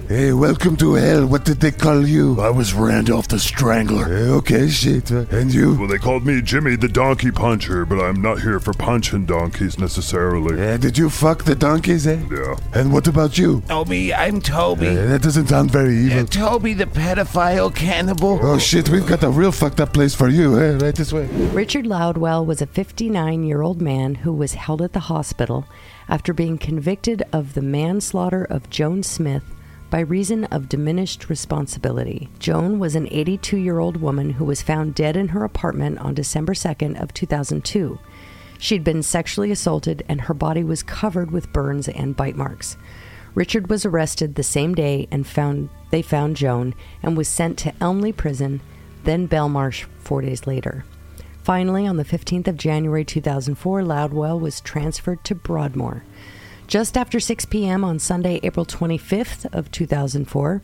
[SPEAKER 10] Hey, welcome to hell. What did they call you? I was Randolph the Strangler. okay, shit. And you?
[SPEAKER 7] Well, they called me Jimmy the Donkey Puncher, but I'm not here for punching donkeys necessarily.
[SPEAKER 10] Uh, did you fuck the donkeys, eh?
[SPEAKER 7] Yeah.
[SPEAKER 10] And what about you?
[SPEAKER 6] Toby, I'm Toby.
[SPEAKER 10] Uh, that doesn't sound very evil.
[SPEAKER 6] Toby the pedophile cannibal.
[SPEAKER 10] Oh shit, we've got a real fucked up place for you, eh? Right this way.
[SPEAKER 2] Richard Loudwell was a 59 year old man who was held at the hospital after being convicted of the manslaughter of Joan Smith by reason of diminished responsibility. Joan was an 82 year old woman who was found dead in her apartment on December 2nd of 2002. She'd been sexually assaulted and her body was covered with burns and bite marks. Richard was arrested the same day and found they found Joan and was sent to Elmley prison, then Belmarsh 4 days later. Finally, on the 15th of January 2004, Loudwell was transferred to Broadmoor. Just after 6 p.m. on Sunday, April 25th of 2004,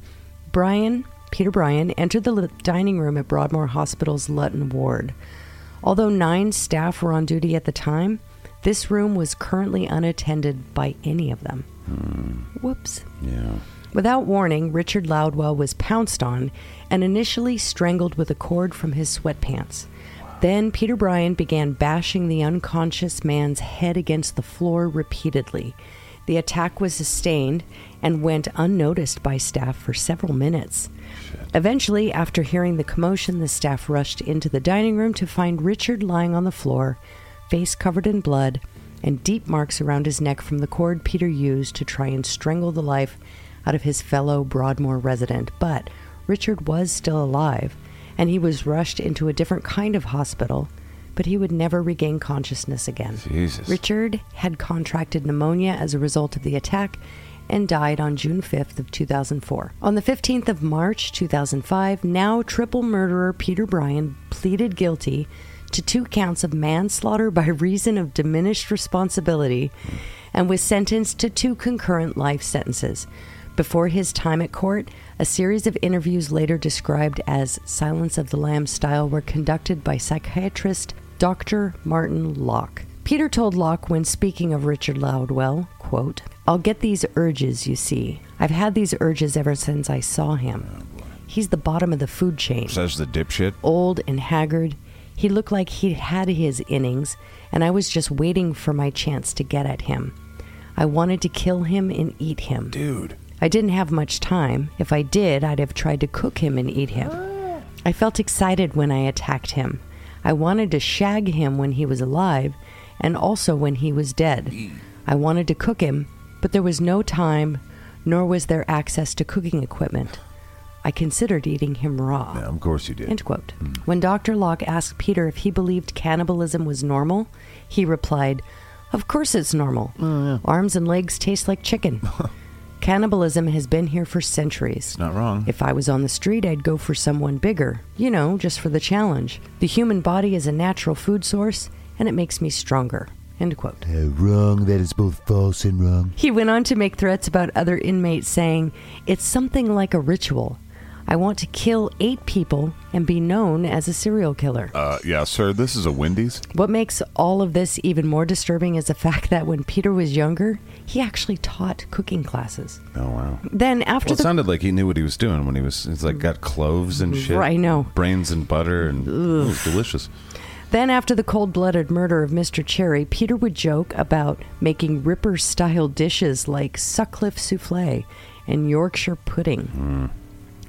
[SPEAKER 2] Brian, Peter Bryan, entered the li- dining room at Broadmoor Hospital's Lutton Ward. Although nine staff were on duty at the time, this room was currently unattended by any of them. Whoops.
[SPEAKER 1] Yeah.
[SPEAKER 2] Without warning, Richard Loudwell was pounced on and initially strangled with a cord from his sweatpants. Then Peter Bryan began bashing the unconscious man's head against the floor repeatedly. The attack was sustained and went unnoticed by staff for several minutes. Eventually, after hearing the commotion, the staff rushed into the dining room to find Richard lying on the floor, face covered in blood, and deep marks around his neck from the cord Peter used to try and strangle the life out of his fellow Broadmoor resident. But Richard was still alive, and he was rushed into a different kind of hospital, but he would never regain consciousness again.
[SPEAKER 9] Jesus.
[SPEAKER 2] Richard had contracted pneumonia as a result of the attack and died on June 5th of 2004. On the 15th of March 2005, now triple murderer Peter Bryan pleaded guilty to two counts of manslaughter by reason of diminished responsibility and was sentenced to two concurrent life sentences. Before his time at court, a series of interviews later described as Silence of the Lambs style were conducted by psychiatrist Dr. Martin Locke. Peter told Locke when speaking of Richard Loudwell, quote, I'll get these urges, you see. I've had these urges ever since I saw him. He's the bottom of the food chain
[SPEAKER 9] Says the dipshit.
[SPEAKER 2] old and haggard. He looked like he'd had his innings, and I was just waiting for my chance to get at him. I wanted to kill him and eat him. Dude. I didn't have much time. If I did, I'd have tried to cook him and eat him. I felt excited when I attacked him. I wanted to shag him when he was alive and also when he was dead. I wanted to cook him, but there was no time, nor was there access to cooking equipment. I considered eating him raw.
[SPEAKER 1] Yeah, of course you did.
[SPEAKER 2] End quote.
[SPEAKER 1] Mm.
[SPEAKER 2] When Dr. Locke asked Peter if he believed cannibalism was normal, he replied, Of course it's normal.
[SPEAKER 1] Oh,
[SPEAKER 2] Arms and legs taste like chicken. cannibalism has been here for centuries.
[SPEAKER 1] Not wrong.
[SPEAKER 2] If I was on the street, I'd go for someone bigger, you know, just for the challenge. The human body is a natural food source, and it makes me stronger. End quote.
[SPEAKER 8] Eh, wrong. That is both false and wrong.
[SPEAKER 2] He went on to make threats about other inmates, saying, It's something like a ritual. I want to kill eight people and be known as a serial killer.
[SPEAKER 9] Uh, yeah, sir, this is a Wendy's.
[SPEAKER 2] What makes all of this even more disturbing is the fact that when Peter was younger, he actually taught cooking classes.
[SPEAKER 1] Oh wow.
[SPEAKER 2] Then after
[SPEAKER 1] Well, it
[SPEAKER 2] the
[SPEAKER 1] sounded like he knew what he was doing when he was. It's like got cloves and shit.
[SPEAKER 2] Right, I know.
[SPEAKER 1] Brains and butter and ooh, delicious.
[SPEAKER 2] then after the cold-blooded murder of Mr. Cherry, Peter would joke about making Ripper-style dishes like Sutcliffe soufflé and Yorkshire pudding.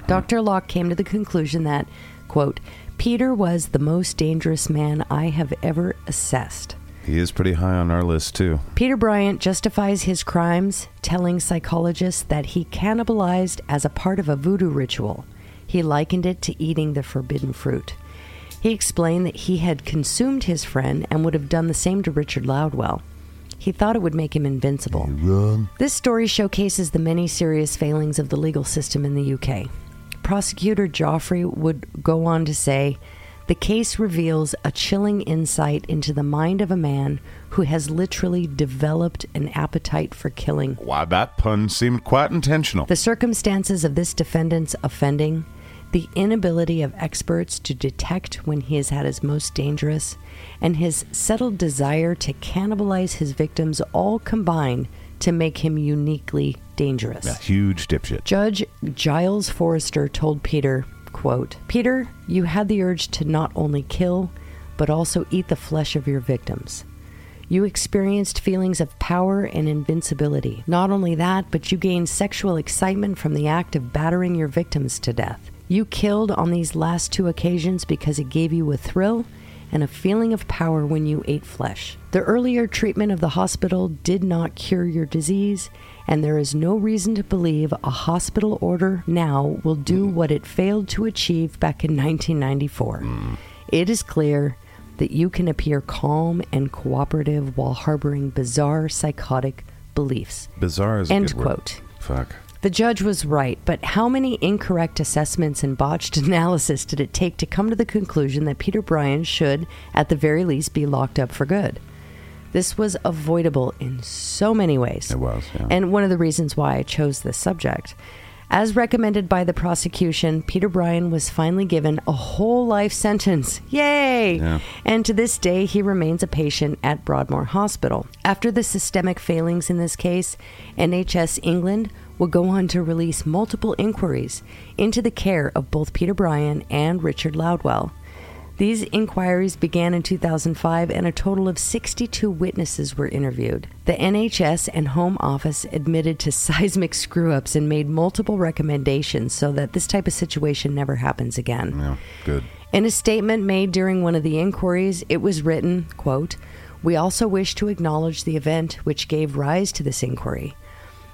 [SPEAKER 2] Dr. Locke came to the conclusion that, quote, Peter was the most dangerous man I have ever assessed.
[SPEAKER 1] He is pretty high on our list too.
[SPEAKER 2] Peter Bryant justifies his crimes, telling psychologists that he cannibalized as a part of a voodoo ritual. He likened it to eating the forbidden fruit. He explained that he had consumed his friend and would have done the same to Richard Loudwell. He thought it would make him invincible. This story showcases the many serious failings of the legal system in the UK. Prosecutor Joffrey would go on to say the case reveals a chilling insight into the mind of a man who has literally developed an appetite for killing.
[SPEAKER 9] Why, that pun seemed quite intentional.
[SPEAKER 2] The circumstances of this defendant's offending, the inability of experts to detect when he is at his most dangerous, and his settled desire to cannibalize his victims all combined to make him uniquely dangerous.
[SPEAKER 1] A huge dipshit.
[SPEAKER 2] Judge Giles Forrester told Peter, quote, Peter, you had the urge to not only kill, but also eat the flesh of your victims. You experienced feelings of power and invincibility. Not only that, but you gained sexual excitement from the act of battering your victims to death. You killed on these last two occasions because it gave you a thrill and a feeling of power when you ate flesh. The earlier treatment of the hospital did not cure your disease, and there is no reason to believe a hospital order now will do
[SPEAKER 1] Mm-hmm.
[SPEAKER 2] what it failed to achieve back in 1994.
[SPEAKER 1] Mm.
[SPEAKER 2] It is clear that you can appear calm and cooperative while harboring bizarre psychotic beliefs.
[SPEAKER 1] Bizarre is a
[SPEAKER 2] End
[SPEAKER 1] good word.
[SPEAKER 2] quote.
[SPEAKER 1] Fuck.
[SPEAKER 2] The judge was right, but how many incorrect assessments and botched analysis did it take to come to the conclusion that Peter Bryan should, at the very least, be locked up for good? This was avoidable in so many ways.
[SPEAKER 1] It was, yeah.
[SPEAKER 2] And one of the reasons why I chose this subject. As recommended by the prosecution, Peter Bryan was finally given a whole life sentence. Yay!
[SPEAKER 1] Yeah.
[SPEAKER 2] And to this day, he remains a patient at Broadmoor Hospital. After the systemic failings in this case, NHS England will go on to release multiple inquiries into the care of both Peter Bryan and Richard Loudwell. These inquiries began in 2005 and a total of 62 witnesses were interviewed. The NHS and Home Office admitted to seismic screw ups and made multiple recommendations so that this type of situation never happens again.
[SPEAKER 1] Yeah. Good.
[SPEAKER 2] In a statement made during one of the inquiries, it was written, quote, "We also wish to acknowledge the event which gave rise to this inquiry.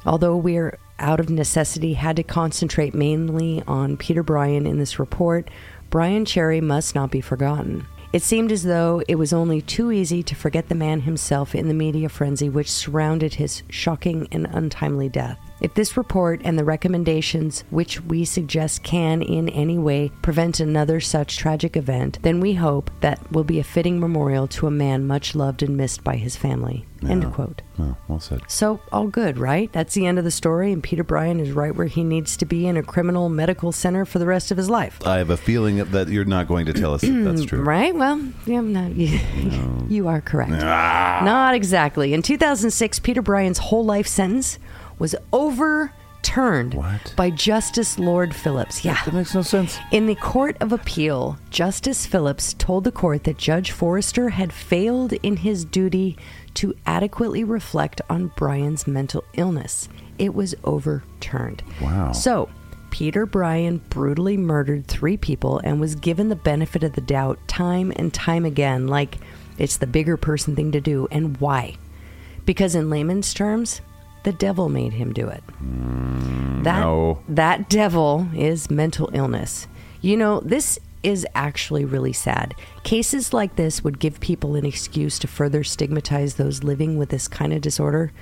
[SPEAKER 2] Although we are out of necessity had to concentrate mainly on Peter Bryan in this report, Bryan Cherry must not be forgotten. It seemed as though it was only too easy to forget the man himself in the media frenzy which surrounded his shocking and untimely death. If this report and the recommendations which we suggest can in any way prevent another such tragic event, then we hope that will be a fitting memorial to a man much loved and missed by his family. End quote.
[SPEAKER 1] Oh, well said.
[SPEAKER 2] So, all good, right? That's the end of the story, and Peter Bryan is right where he needs to be in a criminal medical center for the rest of his life.
[SPEAKER 1] I have a feeling that you're not going to tell us that that's true.
[SPEAKER 2] Right? Well, yeah, no, you, you are correct.
[SPEAKER 1] Ah.
[SPEAKER 2] Not exactly. In 2006, Peter Bryan's whole life sentence was overturned
[SPEAKER 1] What?
[SPEAKER 2] by Justice Lord Phillips. Yeah.
[SPEAKER 1] That makes no sense.
[SPEAKER 2] In the Court of Appeal, Justice Phillips told the court that Judge Forrester had failed in his duty to adequately reflect on Brian's mental illness. It was overturned.
[SPEAKER 1] Wow.
[SPEAKER 2] So, Peter Bryan brutally murdered three people and was given the benefit of the doubt time and time again, like it's the bigger person thing to do, and why? Because, in layman's terms, The devil made him do it. That,
[SPEAKER 9] no.
[SPEAKER 2] That devil is mental illness. You know, this is actually really sad. Cases like this would give people an excuse to further stigmatize those living with this kind of disorder.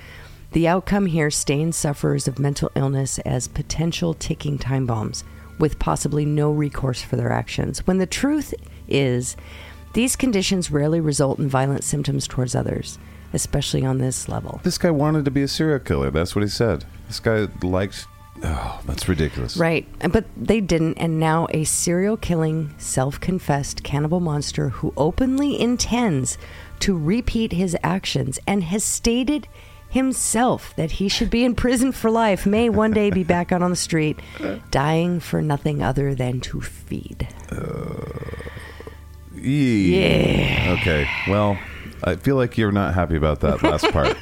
[SPEAKER 2] The outcome here stains sufferers of mental illness as potential ticking time bombs with possibly no recourse for their actions. When the truth is, these conditions rarely result in violent symptoms towards others, especially on this level.
[SPEAKER 1] This guy wanted to be a serial killer. That's what he said. This guy liked. Oh, that's ridiculous.
[SPEAKER 2] Right. But they didn't. And now a serial killing, self confessed cannibal monster who openly intends to repeat his actions and has stated himself that he should be in prison for life may one day be back out on the street, dying for nothing other than to feed.
[SPEAKER 1] Yeah. Okay. Well, I feel like you're not happy about that last part,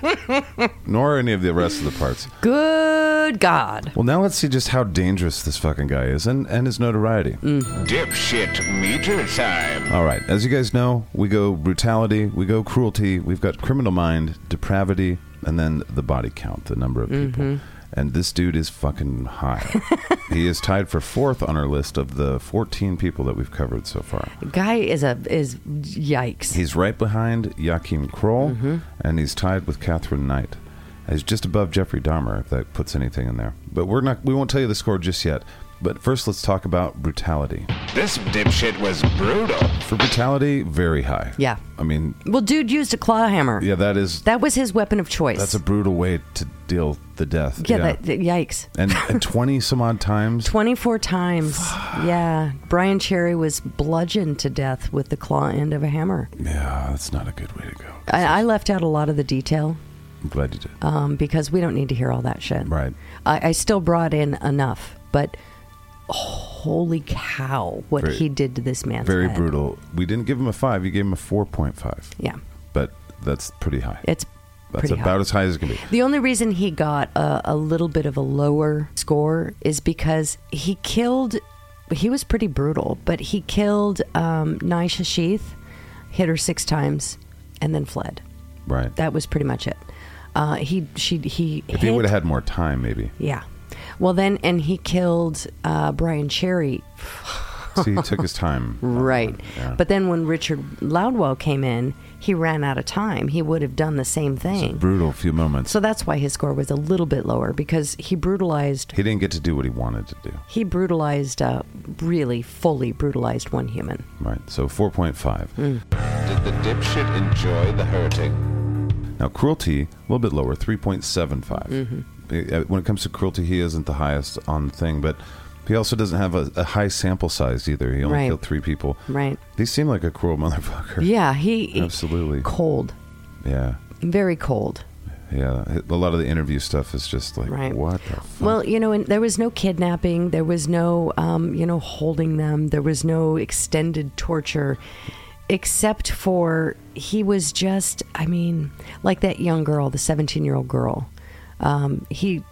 [SPEAKER 1] nor any of the rest of the parts.
[SPEAKER 2] Good God.
[SPEAKER 1] Well, now let's see just how dangerous this fucking guy is and, and his notoriety.
[SPEAKER 4] Dipshit meter time.
[SPEAKER 1] All right. As you guys know, we go brutality, we go cruelty, we've got criminal mind, depravity, and then the body count, the number of people. And this dude is fucking high. he is tied for fourth on our list of the 14 people that we've covered so far.
[SPEAKER 2] Guy is a, is yikes.
[SPEAKER 1] He's right behind Joachim Kroll, and he's tied with Catherine Knight. He's just above Jeffrey Dahmer, if that puts anything in there. But we're not. We won't tell you the score just yet. But first, let's talk about brutality.
[SPEAKER 4] This dipshit was brutal.
[SPEAKER 1] For brutality, very high.
[SPEAKER 2] Yeah.
[SPEAKER 1] I mean,
[SPEAKER 2] Well, dude used a claw hammer.
[SPEAKER 1] yeah, that is
[SPEAKER 2] That was his weapon of choice.
[SPEAKER 1] that's a brutal way to deal the death.
[SPEAKER 2] yeah, That, that- yikes.
[SPEAKER 1] and, and twenty some odd times.
[SPEAKER 2] 24 times. yeah. Brian Cherry was bludgeoned to death with the claw end of a hammer.
[SPEAKER 1] Yeah, that's not a good way to go.
[SPEAKER 2] I, I left out a lot of the detail
[SPEAKER 1] I'm glad you did.
[SPEAKER 2] um, because we don't need to hear all that shit.
[SPEAKER 1] Right.
[SPEAKER 2] I, I still brought in enough, but holy cow, what
[SPEAKER 1] Very-
[SPEAKER 2] he did to this man's
[SPEAKER 1] Very
[SPEAKER 2] head.
[SPEAKER 1] brutal. We didn't give him a five. You gave him a four point five.
[SPEAKER 2] Yeah.
[SPEAKER 1] But that's pretty high.
[SPEAKER 2] It's
[SPEAKER 1] that's
[SPEAKER 2] pretty
[SPEAKER 1] about
[SPEAKER 2] high.
[SPEAKER 1] as high as it can be.
[SPEAKER 2] The only reason he got a, a little bit of a lower score is because he killed. He was pretty brutal, but he killed um, Naisha Sheath, hit her six times, and then fled.
[SPEAKER 1] Right.
[SPEAKER 2] That was pretty much it. Uh, he she he
[SPEAKER 1] if he
[SPEAKER 2] hit-
[SPEAKER 1] would have had more time, maybe.
[SPEAKER 2] yeah. Well then, and he killed uh, Brian Cherry.
[SPEAKER 1] See, he took his time.
[SPEAKER 2] Right.
[SPEAKER 1] Yeah.
[SPEAKER 2] But then when Richard Loudwell came in, he ran out of time. He would have done the same
[SPEAKER 1] It's a
[SPEAKER 2] thing.
[SPEAKER 1] brutal few moments.
[SPEAKER 2] So that's why his score was a little bit lower because he brutalized
[SPEAKER 1] he didn't get to do what he wanted to do.
[SPEAKER 2] he brutalized uh, really fully brutalized one human.
[SPEAKER 1] Right. So 4.5.
[SPEAKER 4] Did the dipshit enjoy the hurting? Mm-hmm.
[SPEAKER 1] Now, cruelty, a little bit lower, 3.75. Uh, When it comes to cruelty, he isn't the highest on the thing, but he also doesn't have a, a high sample size either. He only
[SPEAKER 2] Right.
[SPEAKER 1] killed three people.
[SPEAKER 2] Right.
[SPEAKER 1] He seemed like a cruel motherfucker.
[SPEAKER 2] Yeah, he
[SPEAKER 1] Absolutely.
[SPEAKER 2] cold,
[SPEAKER 1] Yeah.
[SPEAKER 2] very cold.
[SPEAKER 1] Yeah. A lot of the interview stuff is just like,
[SPEAKER 2] Right.
[SPEAKER 1] what the fuck?
[SPEAKER 2] Well, you know, and there was no kidnapping. There was no, um, you know, holding them. There was no extended torture, except for he was just, I mean, like that young girl, the 17 year old girl. Um, he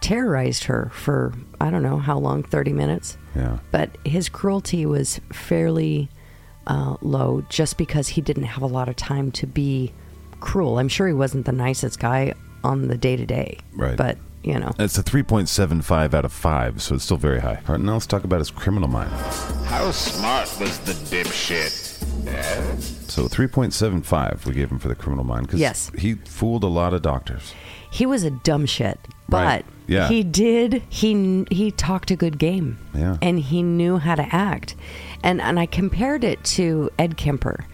[SPEAKER 2] terrorized her for, I don't know how long, 30 minutes.
[SPEAKER 1] Yeah.
[SPEAKER 2] But his cruelty was fairly uh, low just because he didn't have a lot of time to be cruel. I'm sure he wasn't the nicest guy on the day to day.
[SPEAKER 1] Right.
[SPEAKER 2] But, you know.
[SPEAKER 1] It's a 3.75 out of 5, so it's still very high. All right, now let's talk about his criminal mind.
[SPEAKER 4] How smart was the dipshit?
[SPEAKER 1] So 3.75 we gave him for the criminal mind because
[SPEAKER 2] Yes.
[SPEAKER 1] he fooled a lot of doctors.
[SPEAKER 2] he was a dumb shit, but
[SPEAKER 1] Right. Yeah.
[SPEAKER 2] he did he he talked a good game,
[SPEAKER 1] Yeah.
[SPEAKER 2] and he knew how to act, and and I compared it to Ed Kemper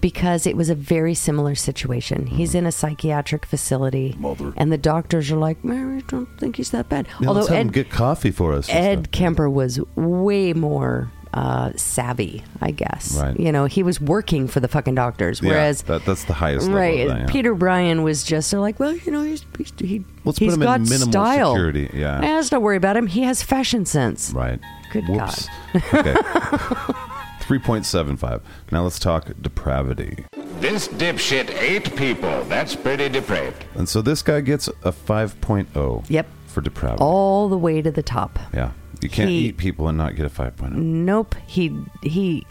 [SPEAKER 2] because it was a very similar situation.
[SPEAKER 1] Mm-hmm.
[SPEAKER 2] He's in a psychiatric facility, and the doctors are like, "Mary, don't think he's that bad."
[SPEAKER 1] Yeah,
[SPEAKER 2] Although
[SPEAKER 1] let's have him
[SPEAKER 2] Ed
[SPEAKER 1] get coffee for us. and
[SPEAKER 2] Ed
[SPEAKER 1] stuff.
[SPEAKER 2] Kemper was way more uh, savvy, I guess.
[SPEAKER 1] Right.
[SPEAKER 2] You know, he was working for the fucking doctors,
[SPEAKER 1] Yeah,
[SPEAKER 2] whereas
[SPEAKER 1] that- that's the highest level of
[SPEAKER 2] Right.
[SPEAKER 1] that, yeah.
[SPEAKER 2] Peter Bryan was just they're like, well, you know, he's, he's he
[SPEAKER 1] Let's put
[SPEAKER 2] he's
[SPEAKER 1] him in
[SPEAKER 2] got
[SPEAKER 1] minimal
[SPEAKER 2] style.
[SPEAKER 1] security, yeah.
[SPEAKER 2] Eh, let's not worry about him. He has fashion sense.
[SPEAKER 1] Right.
[SPEAKER 2] Good
[SPEAKER 1] Whoops. okay. 3.75. Now let's talk depravity.
[SPEAKER 4] This dipshit ate people. That's pretty depraved.
[SPEAKER 1] And so this guy gets a 5.0.
[SPEAKER 2] Yep.
[SPEAKER 1] For depravity.
[SPEAKER 2] All the way to the top.
[SPEAKER 1] yeah. You can't
[SPEAKER 2] He-
[SPEAKER 1] oh. eat people and not get a 5.0.
[SPEAKER 2] Nope. He he.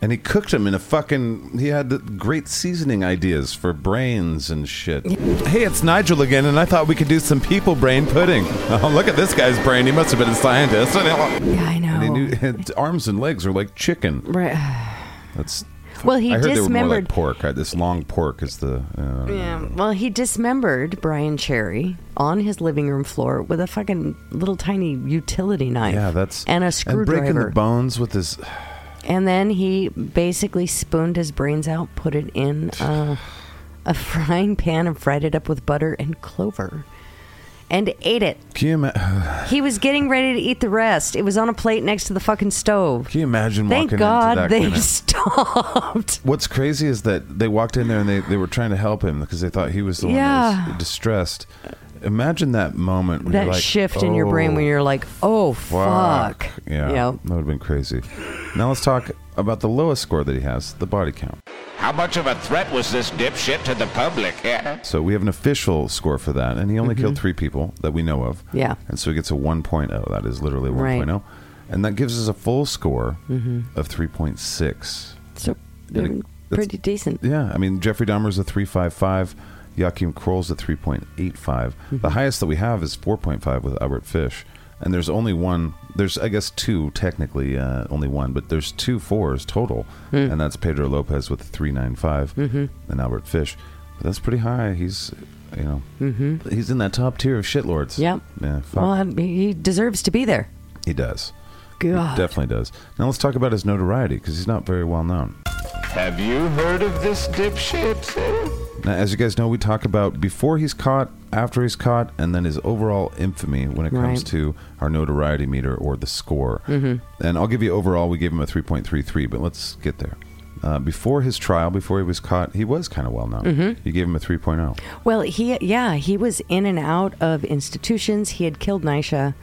[SPEAKER 1] And he cooked them in a fucking. He had the great seasoning ideas for brains and shit. Hey, it's Nigel again, and I thought we could do some people brain pudding. Oh, look at this guy's brain. He must have been a scientist.
[SPEAKER 2] Yeah, I know.
[SPEAKER 1] And he knew his arms and legs are like chicken.
[SPEAKER 2] Right.
[SPEAKER 1] That's.
[SPEAKER 2] Well, he
[SPEAKER 1] I heard they were more
[SPEAKER 2] dismembered.
[SPEAKER 1] like pork. Uh, This long pork is the. Uh,
[SPEAKER 2] Yeah. Well, he dismembered Brian Cherry on his living room floor with a fucking little tiny utility knife.
[SPEAKER 1] Yeah, that's
[SPEAKER 2] and a
[SPEAKER 1] And breaking
[SPEAKER 2] screwdriver.
[SPEAKER 1] the bones with this.
[SPEAKER 2] and then he basically spooned his brains out, put it in uh, a frying pan, and fried it up with butter and clover, and ate it.
[SPEAKER 1] Can you, ima-
[SPEAKER 2] He was getting ready to eat the rest. It was on a plate next to the fucking stove.
[SPEAKER 1] can you imagine
[SPEAKER 2] Thank
[SPEAKER 1] walking into
[SPEAKER 2] God
[SPEAKER 1] that
[SPEAKER 2] they
[SPEAKER 1] clinic?
[SPEAKER 2] stopped.
[SPEAKER 1] What's crazy is that they walked in there and they, they were trying to help him because they thought he was the one that
[SPEAKER 2] Yeah.
[SPEAKER 1] was distressed. Imagine that moment. When
[SPEAKER 2] That
[SPEAKER 1] you're like,
[SPEAKER 2] shift in your brain when
[SPEAKER 1] "Oh,
[SPEAKER 2] you're like, "Oh fuck!"
[SPEAKER 1] Yeah,
[SPEAKER 2] You know?
[SPEAKER 1] that would have been crazy. Now let's talk about the lowest score that he has, the body count.
[SPEAKER 4] How much of a threat was this dipshit to the public? eh? Yeah.
[SPEAKER 1] So we have an official score for that, and he only killed three people that we know of.
[SPEAKER 2] Mm-hmm. Yeah.
[SPEAKER 1] And so he gets a 1.0. That is literally
[SPEAKER 2] Right. Mm-hmm.
[SPEAKER 1] 1.0. oh. And that gives us a full score of 3.6.
[SPEAKER 2] So
[SPEAKER 1] Did it-
[SPEAKER 2] mm,
[SPEAKER 1] that's-
[SPEAKER 2] pretty decent.
[SPEAKER 1] Yeah, I mean Jeffrey Dahmer's a three five five, Joachim Kroll's a three
[SPEAKER 2] Mm-hmm.
[SPEAKER 1] The highest that we have is four point five with Albert Fish, and there's only one. There's I guess two technically, uh, only one, but there's two fours total,
[SPEAKER 2] Hmm.
[SPEAKER 1] and that's Pedro Lopez with three
[SPEAKER 2] Mm-hmm.
[SPEAKER 1] and Albert Fish. But that's pretty high. He's you know he's in that top tier of shitlords.
[SPEAKER 2] Mm-hmm. Yep.
[SPEAKER 1] Yeah, fuck.
[SPEAKER 2] Well, I- he deserves to be there.
[SPEAKER 1] he does.
[SPEAKER 2] God.
[SPEAKER 1] He definitely does. Now let's talk about his notoriety because he's not very well known.
[SPEAKER 4] Have you heard of this dipshit?
[SPEAKER 1] Now, as you guys know, we talk about before he's caught, after he's caught, and then his overall infamy when it comes
[SPEAKER 2] Right.
[SPEAKER 1] to our notoriety meter or the score. Mm-hmm. And I'll give you overall, we gave him a 3.33, but let's get there. Uh, before his trial, before he was caught, he was kind of well known.
[SPEAKER 2] Mm-hmm.
[SPEAKER 1] You gave him a oh. 3.0.
[SPEAKER 2] Well, he yeah, he was in and out of institutions. He had killed Nisha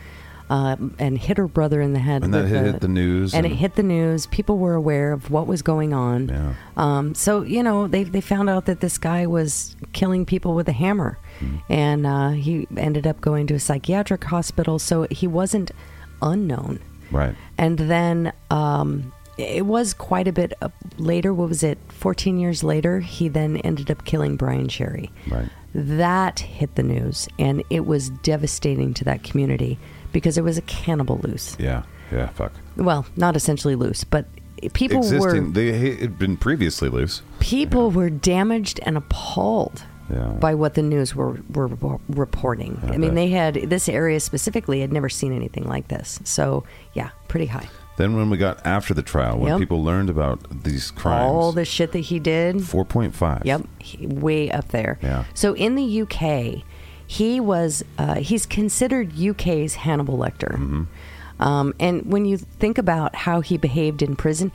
[SPEAKER 2] uh, and hit her brother in the head.
[SPEAKER 1] And that
[SPEAKER 2] with
[SPEAKER 1] hit-
[SPEAKER 2] a-
[SPEAKER 1] hit the news
[SPEAKER 2] And, it
[SPEAKER 1] and-
[SPEAKER 2] hit the news. People were aware of what was going on.
[SPEAKER 1] Yeah.
[SPEAKER 2] Um, so you know they they found out that this guy was killing people with a hammer,
[SPEAKER 1] Hmm.
[SPEAKER 2] and uh, he ended up going to a psychiatric hospital. So he wasn't unknown.
[SPEAKER 1] Right.
[SPEAKER 2] And then um, it was quite a bit of- later. What was it? 14 years later, he then ended up killing Brian Sherry.
[SPEAKER 1] Right.
[SPEAKER 2] That hit the news, and it was devastating to that community because it was a cannibal loose.
[SPEAKER 1] Yeah. Yeah. Fuck.
[SPEAKER 2] Well, not essentially loose, but people
[SPEAKER 1] Existing.
[SPEAKER 2] were
[SPEAKER 1] They it had been previously loose.
[SPEAKER 2] people were damaged and appalled
[SPEAKER 1] Yeah.
[SPEAKER 2] by what the news were were, were reporting. I, mean,
[SPEAKER 1] bet.
[SPEAKER 2] they had this area specifically had never seen anything like this. So, yeah, pretty high.
[SPEAKER 1] Then when we got after the trial, when
[SPEAKER 2] Yep.
[SPEAKER 1] people learned about these crimes,
[SPEAKER 2] All the shit that he did.
[SPEAKER 1] 4.5.
[SPEAKER 2] Yep, he, way up there.
[SPEAKER 1] Yeah.
[SPEAKER 2] So in the UK, he was uh, he's considered UK's Hannibal Lecter.
[SPEAKER 1] Mm-hmm.
[SPEAKER 2] Um, and when you think about how he behaved in prison,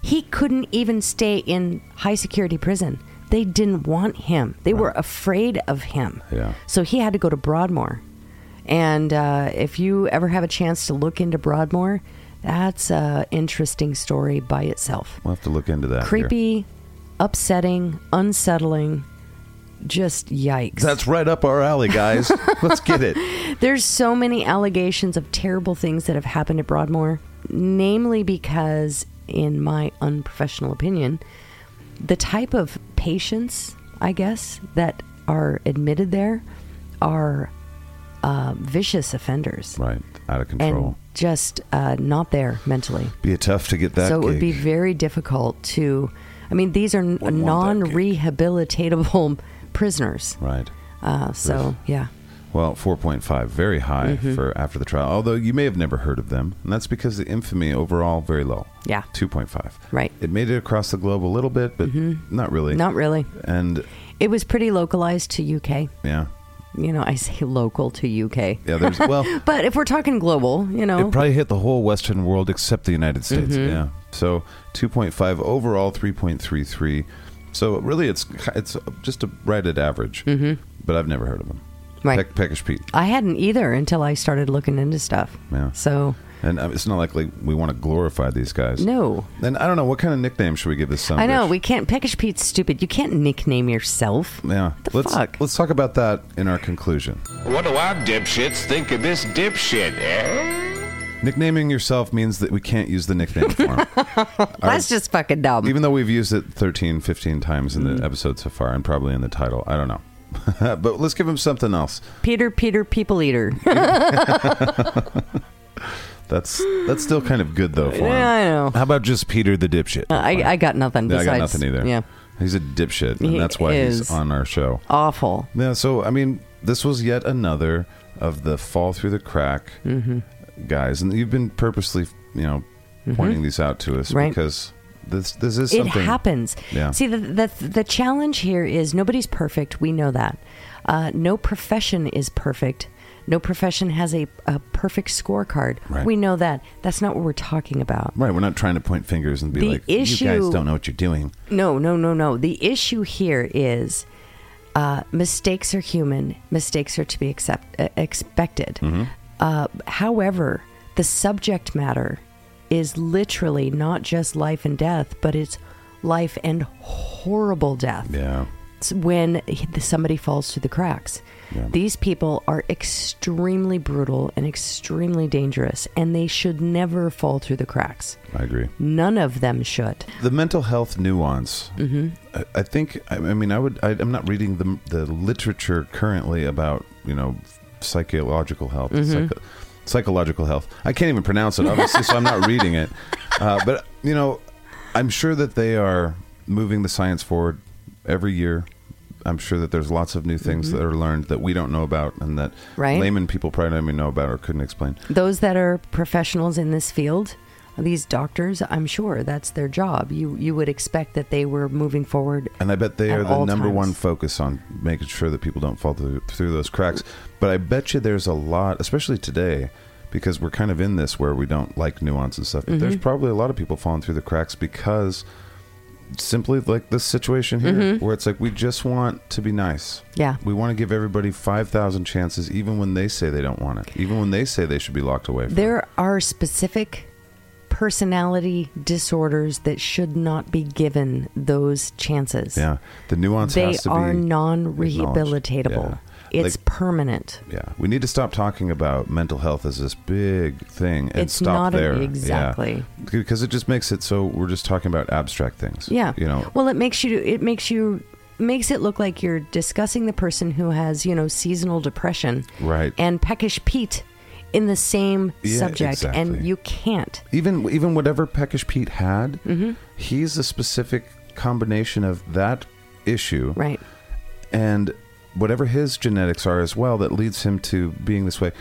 [SPEAKER 2] he couldn't even stay in high security prison. They didn't want him. They were afraid of him.
[SPEAKER 1] Yeah.
[SPEAKER 2] So he had to go to Broadmoor. And uh, if you ever have a chance to look into Broadmoor, that's a interesting story by itself
[SPEAKER 1] We'll have to look into that. here.
[SPEAKER 2] creepy, upsetting, unsettling. Just yikes.
[SPEAKER 1] That's right up our alley, guys. Let's get it.
[SPEAKER 2] There's so many allegations of terrible things that have happened at Broadmoor, namely because, in my unprofessional opinion, the type of patients, I guess, that are admitted there are uh, vicious offenders
[SPEAKER 1] Right, out of
[SPEAKER 2] and
[SPEAKER 1] control.
[SPEAKER 2] just uh, not there mentally.
[SPEAKER 1] be tough to get that.
[SPEAKER 2] so it would be
[SPEAKER 1] gig.
[SPEAKER 2] very difficult to i mean these are n-
[SPEAKER 1] Wouldn't want that gig.
[SPEAKER 2] non-rehabilitatable prisoners
[SPEAKER 1] right.
[SPEAKER 2] uh, so yeah
[SPEAKER 1] Well, four point five, very high
[SPEAKER 2] Mm-hmm.
[SPEAKER 1] for after the trial. Although you may have never heard of them, and that's because the infamy overall very low.
[SPEAKER 2] Yeah.
[SPEAKER 1] two point five.
[SPEAKER 2] Right. Mm-hmm.
[SPEAKER 1] It made it across the globe a little bit, but not really.
[SPEAKER 2] not really
[SPEAKER 1] And
[SPEAKER 2] it was pretty localized to uk you
[SPEAKER 1] yeah,
[SPEAKER 2] know i say local to uk
[SPEAKER 1] yeah. There's well,
[SPEAKER 2] but if we're talking global you know
[SPEAKER 1] it probably hit the whole Western world except the United
[SPEAKER 2] Mm-hmm.
[SPEAKER 1] States. Yeah. So two point five overall, three point three three. So really, it's it's just a right at average. Mm-hmm. But I've never heard of them.
[SPEAKER 2] Right.
[SPEAKER 1] Peck, Peckish Pete.
[SPEAKER 2] i hadn't either until i started looking into stuff
[SPEAKER 1] Yeah.
[SPEAKER 2] so
[SPEAKER 1] And uh, it's not like, like we want to glorify these guys.
[SPEAKER 2] no
[SPEAKER 1] And I don't know what kind of nickname should we give this son?
[SPEAKER 2] i know
[SPEAKER 1] bitch?
[SPEAKER 2] we can't peckish pete's stupid you can't nickname yourself
[SPEAKER 1] Yeah.
[SPEAKER 2] the
[SPEAKER 1] let's
[SPEAKER 2] fuck?
[SPEAKER 1] let's talk about that in our conclusion.
[SPEAKER 4] What do our dipshits think of this dipshit? Eh?
[SPEAKER 1] Nicknaming yourself means that we can't use the nickname form.
[SPEAKER 2] That's just fucking dumb.
[SPEAKER 1] Even though we've used it 13, 15 times in
[SPEAKER 2] Mm.
[SPEAKER 1] the episode so far and probably in the title. I don't know. but let's give him something else.
[SPEAKER 2] Peter, Peter, people eater. Uh,
[SPEAKER 1] That's that's still kind of good though for him.
[SPEAKER 2] Yeah, I know. Uh,
[SPEAKER 1] How about just Peter the dipshit?
[SPEAKER 2] I, I got nothing.
[SPEAKER 1] Yeah, I got
[SPEAKER 2] Besides,
[SPEAKER 1] nothing either.
[SPEAKER 2] Yeah,
[SPEAKER 1] He's a dipshit,
[SPEAKER 2] He
[SPEAKER 1] and that's why
[SPEAKER 2] is.
[SPEAKER 1] he's on our show.
[SPEAKER 2] awful.
[SPEAKER 1] Yeah, so I mean, this was yet another of the fall through the crack
[SPEAKER 2] Mm-hmm.
[SPEAKER 1] guys, and you've been purposely, you know, pointing these out to us
[SPEAKER 2] Right.
[SPEAKER 1] because this this is
[SPEAKER 2] It
[SPEAKER 1] something
[SPEAKER 2] happens.
[SPEAKER 1] Yeah.
[SPEAKER 2] See, the, the the challenge here is nobody's perfect. We know that. Uh, no profession is perfect. No profession has a, a perfect scorecard.
[SPEAKER 1] Right.
[SPEAKER 2] We know that. That's not what we're talking about.
[SPEAKER 1] Right, we're not trying to point fingers and be
[SPEAKER 2] The
[SPEAKER 1] like, "You guys
[SPEAKER 2] issue-
[SPEAKER 1] don't know what you're doing."
[SPEAKER 2] No, no, no, no. The issue here is uh, mistakes are human. Mistakes are to be accept, uh, expected.
[SPEAKER 1] Mm-hmm.
[SPEAKER 2] Uh, however, the subject matter is literally not just life and death, but it's life and horrible death
[SPEAKER 1] Yeah,
[SPEAKER 2] it's when somebody falls through the cracks. These people are extremely brutal and extremely dangerous, and they should never fall through the cracks.
[SPEAKER 1] I agree.
[SPEAKER 2] None of them should.
[SPEAKER 1] The mental health nuance. Mm-hmm. I, I think. I, I mean, I would. I, I'm not reading the the literature currently about you know psychological health, psycho- psychological health. I can't even pronounce it, obviously, so I'm not reading it. Uh, but you know, I'm sure that they are moving the science forward every year. I'm sure that there's lots of new things that are learned that we don't know about, and that
[SPEAKER 2] Right.
[SPEAKER 1] layman people probably don't even know about or couldn't explain.
[SPEAKER 2] those that are professionals in this field these doctors i'm sure that's their job you you would expect that they were moving forward
[SPEAKER 1] And I bet they
[SPEAKER 2] at
[SPEAKER 1] are the
[SPEAKER 2] all
[SPEAKER 1] number
[SPEAKER 2] times.
[SPEAKER 1] one focus on making sure that people don't fall through, through those cracks. But I bet you there's a lot, especially today, because we're kind of in this where we don't like nuance and stuff. But
[SPEAKER 2] Mm-hmm.
[SPEAKER 1] There's probably a lot of people falling through the cracks because simply like this situation here, where it's like we just want to be nice.
[SPEAKER 2] Mm-hmm. Yeah.
[SPEAKER 1] we want to give everybody five thousand chances, even when they say they don't want it, even when they say they should be locked away. From it.
[SPEAKER 2] there are specific personality disorders that should not be given those chances
[SPEAKER 1] yeah, the nuance
[SPEAKER 2] they
[SPEAKER 1] has to
[SPEAKER 2] are
[SPEAKER 1] be
[SPEAKER 2] non-rehabilitatable
[SPEAKER 1] acknowledged. Yeah.
[SPEAKER 2] it's
[SPEAKER 1] Like-
[SPEAKER 2] permanent
[SPEAKER 1] Yeah, we need to stop talking about mental health as this big thing and
[SPEAKER 2] It's
[SPEAKER 1] stop
[SPEAKER 2] not a-
[SPEAKER 1] there. Yeah.
[SPEAKER 2] exactly.
[SPEAKER 1] because it just makes it so we're just talking about abstract things.
[SPEAKER 2] Yeah.
[SPEAKER 1] you know.
[SPEAKER 2] Well, it makes you. It makes you. Makes it look like you're discussing the person who has, you know, seasonal depression,
[SPEAKER 1] Right.
[SPEAKER 2] And peckish Pete in the same
[SPEAKER 1] Yeah,
[SPEAKER 2] subject, and
[SPEAKER 1] exactly.
[SPEAKER 2] you can't.
[SPEAKER 1] even even whatever Peckish Pete had,
[SPEAKER 2] Mm-hmm.
[SPEAKER 1] he's a specific combination of that issue
[SPEAKER 2] Right.
[SPEAKER 1] and whatever his genetics are as well that leads him to being this way.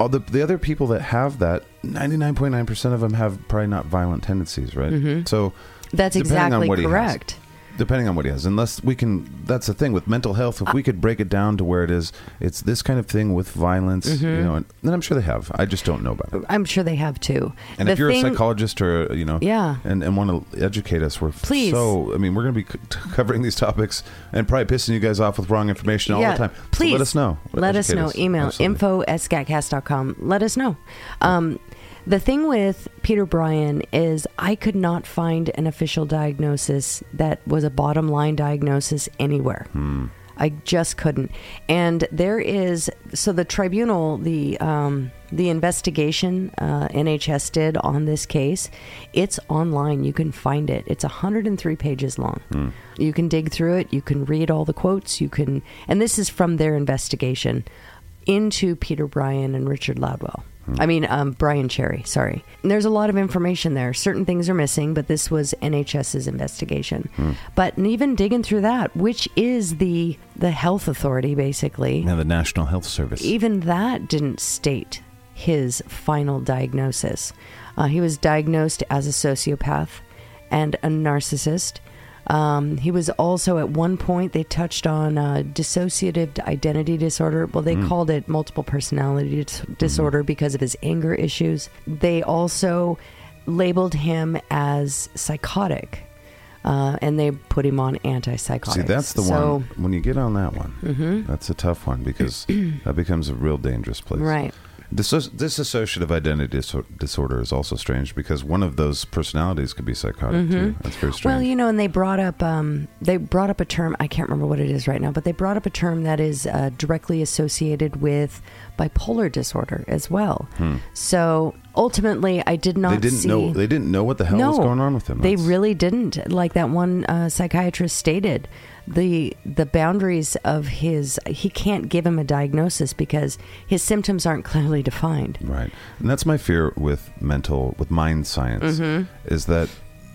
[SPEAKER 1] All the, the other people that have that, 99.9% of them have probably not violent tendencies, right? So
[SPEAKER 2] Mm-hmm. That's
[SPEAKER 1] depending on
[SPEAKER 2] exactly
[SPEAKER 1] what he has.
[SPEAKER 2] correct.
[SPEAKER 1] depending on what he has unless we can that's the thing with mental health if we could break it down to where it is it's this kind of thing with violence
[SPEAKER 2] Mm-hmm.
[SPEAKER 1] you know and then i'm sure they have i just don't know about it
[SPEAKER 2] I'm sure they have too.
[SPEAKER 1] and
[SPEAKER 2] The
[SPEAKER 1] if you're
[SPEAKER 2] thing-
[SPEAKER 1] a psychologist or uh, you know
[SPEAKER 2] Yeah.
[SPEAKER 1] and, and want to educate us we're
[SPEAKER 2] Please.
[SPEAKER 1] so i mean we're going to be c- t- covering these topics and probably pissing you guys off with wrong information all
[SPEAKER 2] yeah,
[SPEAKER 1] the time So
[SPEAKER 2] Please
[SPEAKER 1] let us know
[SPEAKER 2] Let us
[SPEAKER 1] Educate
[SPEAKER 2] know. Email
[SPEAKER 1] Absolutely.
[SPEAKER 2] info at scatcast.com. Let us know. Um, the thing with Peter Bryan is I could not find an official diagnosis that was a bottom line diagnosis anywhere.
[SPEAKER 1] Hmm.
[SPEAKER 2] I just couldn't. And there is so the tribunal, the um, the investigation uh, NHS did on this case. It's online. You can find it. It's 103 pages long. You can dig through it. You can read all the quotes. You can, and this is from their investigation into Peter Bryan and Richard Loudwell. I mean, um, Brian Cherry, sorry. And there's a lot of information there. Certain things are missing, but this was NHS's investigation. But even digging through that, which is the the health authority basically,
[SPEAKER 1] now the national health service
[SPEAKER 2] even that didn't state his final diagnosis. Uh, he was diagnosed as a sociopath and a narcissist. Um, he was also at one point they touched on uh, dissociative identity disorder. Well, they
[SPEAKER 1] Mm.
[SPEAKER 2] called it multiple personality dis-
[SPEAKER 1] Mm-hmm.
[SPEAKER 2] disorder because of his anger issues. They also labeled him as psychotic, uh, and they put him on antipsychotics.
[SPEAKER 1] See, that's the
[SPEAKER 2] so, Mm-hmm.
[SPEAKER 1] one. When you get on that one, that's a tough one because that becomes a real dangerous place.
[SPEAKER 2] Right.
[SPEAKER 1] Disso- disassociative identity diso- disorder is also strange because one of those personalities could be psychotic too. That's very strange.
[SPEAKER 2] Mm-hmm. Well, you know, and they brought up um, they brought up a term I can't remember what it is right now, but they brought up a term that is uh, directly associated with bipolar disorder as well. So ultimately, I did not
[SPEAKER 1] Hmm. They didn't
[SPEAKER 2] see.
[SPEAKER 1] know. They didn't know what the hell
[SPEAKER 2] no,
[SPEAKER 1] was going on with him.
[SPEAKER 2] They
[SPEAKER 1] That's-
[SPEAKER 2] really didn't. Like that one uh, psychiatrist stated, the the boundaries of his he can't give him a diagnosis because his symptoms aren't clearly defined.
[SPEAKER 1] Right. And that's my fear with mental, with mind science,
[SPEAKER 2] Mm-hmm.
[SPEAKER 1] is that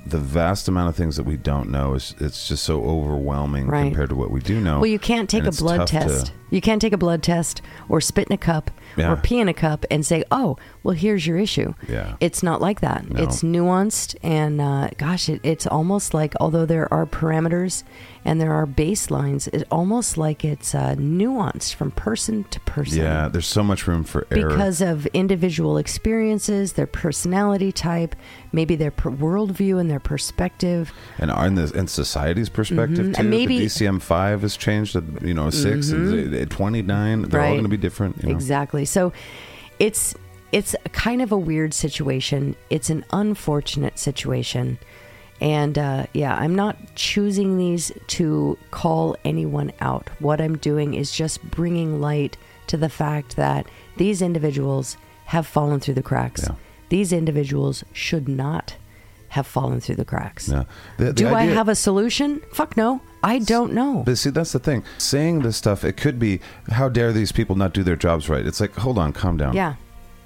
[SPEAKER 1] the vast amount of things that we don't know is it's just so overwhelming
[SPEAKER 2] Right.
[SPEAKER 1] compared to what we do know.
[SPEAKER 2] Well, you can't take
[SPEAKER 1] And
[SPEAKER 2] a
[SPEAKER 1] it's
[SPEAKER 2] blood
[SPEAKER 1] tough to-
[SPEAKER 2] test. You can't take a blood test or spit in a cup
[SPEAKER 1] Yeah.
[SPEAKER 2] or pee in a cup and say, "Oh, well, here's your issue."
[SPEAKER 1] Yeah.
[SPEAKER 2] It's not like that.
[SPEAKER 1] No.
[SPEAKER 2] It's nuanced, and uh, gosh, it, it's almost like although there are parameters and there are baselines, it's almost like it's uh, nuanced from person to person.
[SPEAKER 1] yeah, there's so much room for error.
[SPEAKER 2] Because of individual experiences, their personality type, maybe their per- worldview and their perspective.
[SPEAKER 1] and on the and society's perspective
[SPEAKER 2] Mhm.
[SPEAKER 1] too.
[SPEAKER 2] And maybe- Mm-hmm.
[SPEAKER 1] the DCM five has changed. To, you know, 6 and twenty nine. They're all
[SPEAKER 2] Right.
[SPEAKER 1] going to be different. You know?
[SPEAKER 2] Exactly. So it's it's kind of a weird situation. It's an unfortunate situation. And uh, yeah, I'm not choosing these to call anyone out. What I'm doing is just bringing light to the fact that these individuals have fallen through the cracks.
[SPEAKER 1] Yeah.
[SPEAKER 2] These individuals should not have fallen through the cracks.
[SPEAKER 1] Yeah. The- the
[SPEAKER 2] Do I
[SPEAKER 1] idea-
[SPEAKER 2] have a solution? Fuck no. I don't know.
[SPEAKER 1] But see, that's the thing. Saying this stuff, it could be, how dare these people not do their jobs right? It's like, hold on, calm down.
[SPEAKER 2] Yeah.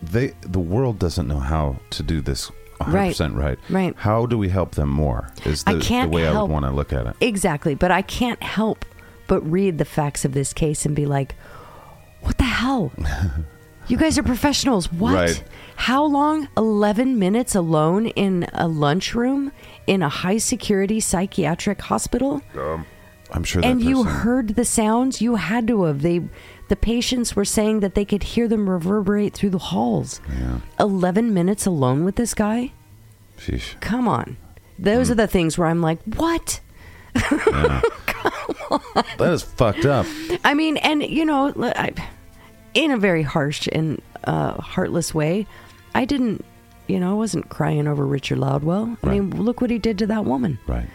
[SPEAKER 1] They, the world doesn't know how to do this 100% right.
[SPEAKER 2] Right.
[SPEAKER 1] How do we help them more? Is
[SPEAKER 2] I
[SPEAKER 1] the,
[SPEAKER 2] can't
[SPEAKER 1] the way I
[SPEAKER 2] help-
[SPEAKER 1] would want to look at it.
[SPEAKER 2] Exactly, but I can't help but read the facts of this case and be like, what the hell? You guys are professionals. What?
[SPEAKER 1] Right.
[SPEAKER 2] How long? 11 minutes alone in a lunchroom in a high security psychiatric hospital?
[SPEAKER 1] I'm sure that
[SPEAKER 2] and you
[SPEAKER 1] person-
[SPEAKER 2] heard the sounds? You had to have. They the patients were saying that they could hear them reverberate through the halls. 11 minutes alone with this guy?
[SPEAKER 1] Sheesh.
[SPEAKER 2] Come on.
[SPEAKER 1] Hmm.
[SPEAKER 2] Those are the things where I'm like, "What?"
[SPEAKER 1] That is fucked up.
[SPEAKER 2] I mean, and you know, l- I, in a very harsh and uh, heartless way, I didn't, you know, I wasn't crying over Richard Loudwell. I mean, look what he did to that woman.
[SPEAKER 1] Right.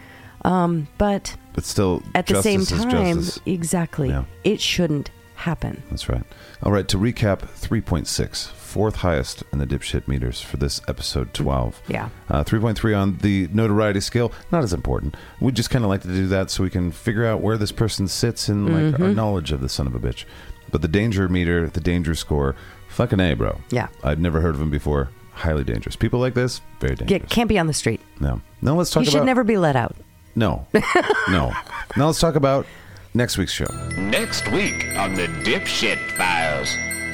[SPEAKER 2] But
[SPEAKER 1] But still,
[SPEAKER 2] at the same
[SPEAKER 1] justice is
[SPEAKER 2] time,
[SPEAKER 1] justice.
[SPEAKER 2] exactly,
[SPEAKER 1] Yeah.
[SPEAKER 2] it shouldn't happen.
[SPEAKER 1] That's right. All right, to recap 3.6, fourth highest in the dipshit meters for this episode 12.
[SPEAKER 2] Yeah.
[SPEAKER 1] Uh, 3.3 on the notoriety scale, not as important. We just kind of like to do that so we can figure out where this person sits in like
[SPEAKER 2] Mm-hmm.
[SPEAKER 1] our knowledge of the son of a bitch. But the danger meter, the danger score, fucking A, bro.
[SPEAKER 2] Yeah.
[SPEAKER 1] I've never heard of him before. Highly dangerous. People like this, very dangerous.
[SPEAKER 2] Get, can't be on the street.
[SPEAKER 1] no. Now let's talk
[SPEAKER 2] You should
[SPEAKER 1] about.
[SPEAKER 2] never be let out.
[SPEAKER 1] no. no. Now let's talk about next week's show.
[SPEAKER 4] Next week on the Dipshit Files,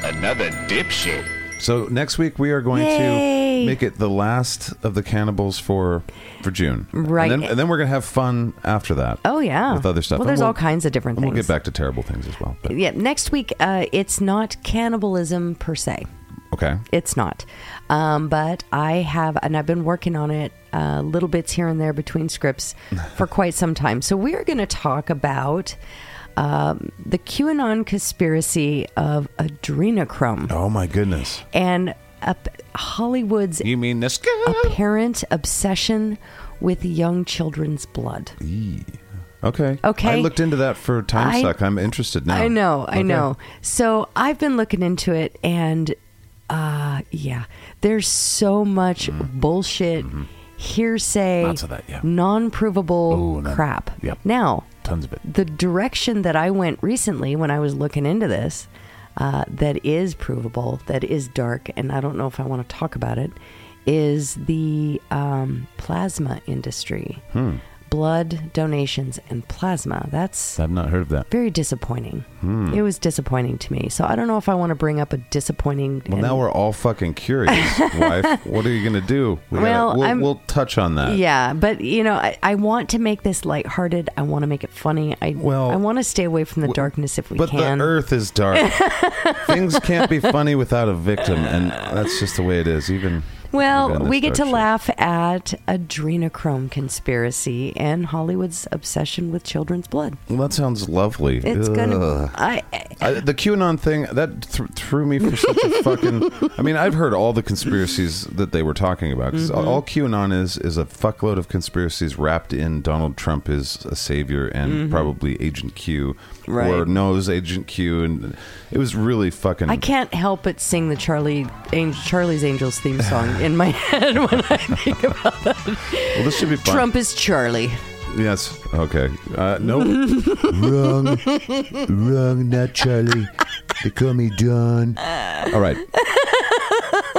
[SPEAKER 4] another dipshit.
[SPEAKER 1] So next week we are going
[SPEAKER 2] Yay.
[SPEAKER 1] to make it the last of the cannibals for for June,
[SPEAKER 2] Right.
[SPEAKER 1] And then, and then we're gonna have fun after that.
[SPEAKER 2] Oh yeah,
[SPEAKER 1] with other stuff. And
[SPEAKER 2] Well, there's all kinds of different
[SPEAKER 1] and
[SPEAKER 2] things.
[SPEAKER 1] We'll get back to terrible things as well. But,
[SPEAKER 2] Yeah, next week uh, it's not cannibalism per se.
[SPEAKER 1] okay,
[SPEAKER 2] It's not. Um, but I have, and I've been working on it uh, little bits here and there between scripts for quite some time. So we are going to talk about um, the QAnon conspiracy of adrenochrome
[SPEAKER 1] Oh my goodness.
[SPEAKER 2] and up Hollywood's
[SPEAKER 9] You mean this guy?
[SPEAKER 2] apparent obsession with young children's blood.
[SPEAKER 1] Okay.
[SPEAKER 2] Okay.
[SPEAKER 1] I looked into that for time
[SPEAKER 2] I-
[SPEAKER 1] suck. I'm interested now.
[SPEAKER 9] Oh,
[SPEAKER 2] I know, I
[SPEAKER 1] Okay.
[SPEAKER 2] know. So I've been looking into it, and uh, yeah, there's so much bullshit, hearsay,
[SPEAKER 9] Mm-hmm. Lots of that, yeah.
[SPEAKER 2] non-provable
[SPEAKER 9] Ooh, none-
[SPEAKER 2] crap.
[SPEAKER 9] yep.
[SPEAKER 2] Now,
[SPEAKER 9] Tons of it.
[SPEAKER 2] the direction that I went recently when I was looking into this, uh, that is provable, that is dark, and I don't know if I want to talk about it, is the um, plasma industry.
[SPEAKER 9] Hmm.
[SPEAKER 2] Blood donations and plasma. That's
[SPEAKER 1] I've not heard of that.
[SPEAKER 2] very disappointing.
[SPEAKER 1] Hmm.
[SPEAKER 2] It was disappointing to me. So I don't know if I want to bring up a disappointing.
[SPEAKER 1] Well, now we're all fucking curious, wife. What are you gonna do? We
[SPEAKER 2] Well,
[SPEAKER 1] will
[SPEAKER 2] I'm-
[SPEAKER 1] we'll touch on that.
[SPEAKER 2] Yeah, but you know, I, I want to make this lighthearted. I want to make it funny. I
[SPEAKER 1] Well-
[SPEAKER 2] I want to stay away from the
[SPEAKER 1] W-
[SPEAKER 2] darkness if we
[SPEAKER 1] but
[SPEAKER 2] can.
[SPEAKER 1] the earth is dark. Things can't be funny without a victim, and that's just the way it is. Even
[SPEAKER 2] Well,
[SPEAKER 9] Again,
[SPEAKER 2] we
[SPEAKER 9] that's
[SPEAKER 2] get to
[SPEAKER 9] dark shit.
[SPEAKER 2] laugh at adrenochrome conspiracy and Hollywood's obsession with children's blood.
[SPEAKER 1] Well, that sounds lovely.
[SPEAKER 2] It's gonna.
[SPEAKER 1] Ugh.
[SPEAKER 2] I, I
[SPEAKER 1] I, the QAnon thing that th- threw me for such a fucking. I mean, I've heard all the conspiracies that they were talking about. 'cause
[SPEAKER 2] Mm-hmm.
[SPEAKER 1] all, all QAnon is is a fuckload of conspiracies wrapped in Donald Trump is a savior and probably Agent Q or
[SPEAKER 2] Mm-hmm. Right.
[SPEAKER 1] knows Agent Q, and it was really fucking.
[SPEAKER 2] I can't help but sing the Charlie Angel, Charlie's Angels theme song in my head when I think about
[SPEAKER 1] well, this should be fun.
[SPEAKER 2] Trump is Charlie.
[SPEAKER 1] Yes. Okay. Uh, nope.
[SPEAKER 8] Wrong. Wrong, not Charlie. They call me Don.
[SPEAKER 1] all right.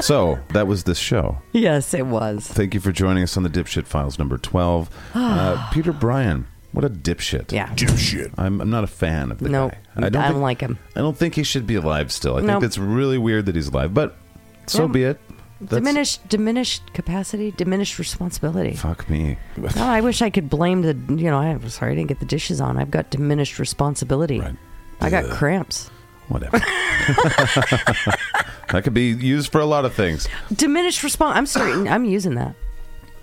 [SPEAKER 1] So that was this show.
[SPEAKER 2] Yes, it was.
[SPEAKER 1] Thank you for joining us on the Dipshit Files number 12. uh, Peter Bryan, what a dipshit.
[SPEAKER 2] Yeah.
[SPEAKER 7] Dipshit.
[SPEAKER 1] I'm, I'm not a fan of the
[SPEAKER 2] No,
[SPEAKER 1] guy.
[SPEAKER 2] I don't like him.
[SPEAKER 1] I don't think he should be alive still. I
[SPEAKER 2] No.
[SPEAKER 1] think it's really weird that he's alive, but so
[SPEAKER 2] Yeah.
[SPEAKER 1] be it. That's-
[SPEAKER 2] Diminished, diminished capacity, diminished responsibility.
[SPEAKER 1] Fuck me.
[SPEAKER 2] No, I wish I could blame the. You know, I'm sorry I didn't get the dishes on. I've got diminished responsibility.
[SPEAKER 1] Right.
[SPEAKER 2] I got cramps.
[SPEAKER 1] Whatever. that could be used for a lot of things.
[SPEAKER 2] Diminished response. I'm sorry. I'm using that.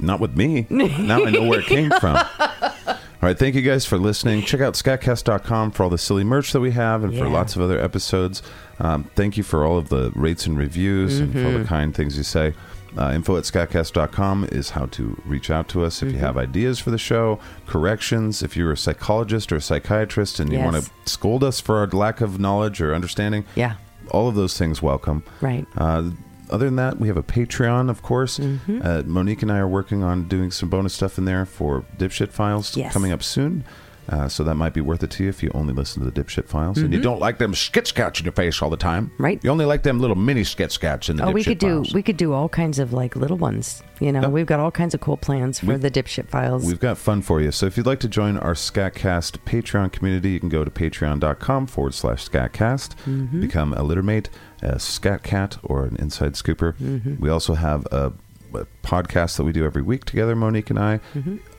[SPEAKER 1] Not with me. now I know where it came from. All right, thank you guys for listening. Check out scatcast.com for all the silly merch that we have and for
[SPEAKER 2] Yeah.
[SPEAKER 1] lots of other episodes. Um, thank you for all of the rates and reviews and for all the
[SPEAKER 2] Mm-hmm.
[SPEAKER 1] kind things you say. Uh, info at scatcast.com is how to reach out to us if
[SPEAKER 2] Mm-hmm.
[SPEAKER 1] you have ideas for the show, corrections, if you're a psychologist or a psychiatrist and you want
[SPEAKER 2] Yes.
[SPEAKER 1] to scold us for our lack of knowledge or understanding.
[SPEAKER 2] Yeah.
[SPEAKER 1] All of those things welcome.
[SPEAKER 2] Right.
[SPEAKER 1] Uh, other than that, we have a Patreon, of course.
[SPEAKER 2] Mm-hmm.
[SPEAKER 1] Uh, Monique and I are working on doing some bonus stuff in there for Dipshit Files
[SPEAKER 2] Yes.
[SPEAKER 1] coming up soon. Uh, so that might be worth it to you if you only listen to the Dipshit Files. And you don't
[SPEAKER 3] Don't like them skit scouts in your face all the time.
[SPEAKER 2] Mm-hmm. Right.
[SPEAKER 3] You only like them little mini skit scouts in the
[SPEAKER 2] Oh, we
[SPEAKER 3] dipshit
[SPEAKER 2] could do
[SPEAKER 3] files.
[SPEAKER 2] we could do all kinds of like little ones. You know, we've got all kinds of cool plans for the dipshit files.
[SPEAKER 1] We've got fun for you. So if you'd like to join our Scatcast Patreon community, you can go to patreon.com forward slash scatcast, become a littermate, a scat cat, or an inside scooper. We also have a, a podcast that we do every week together, Monique and I,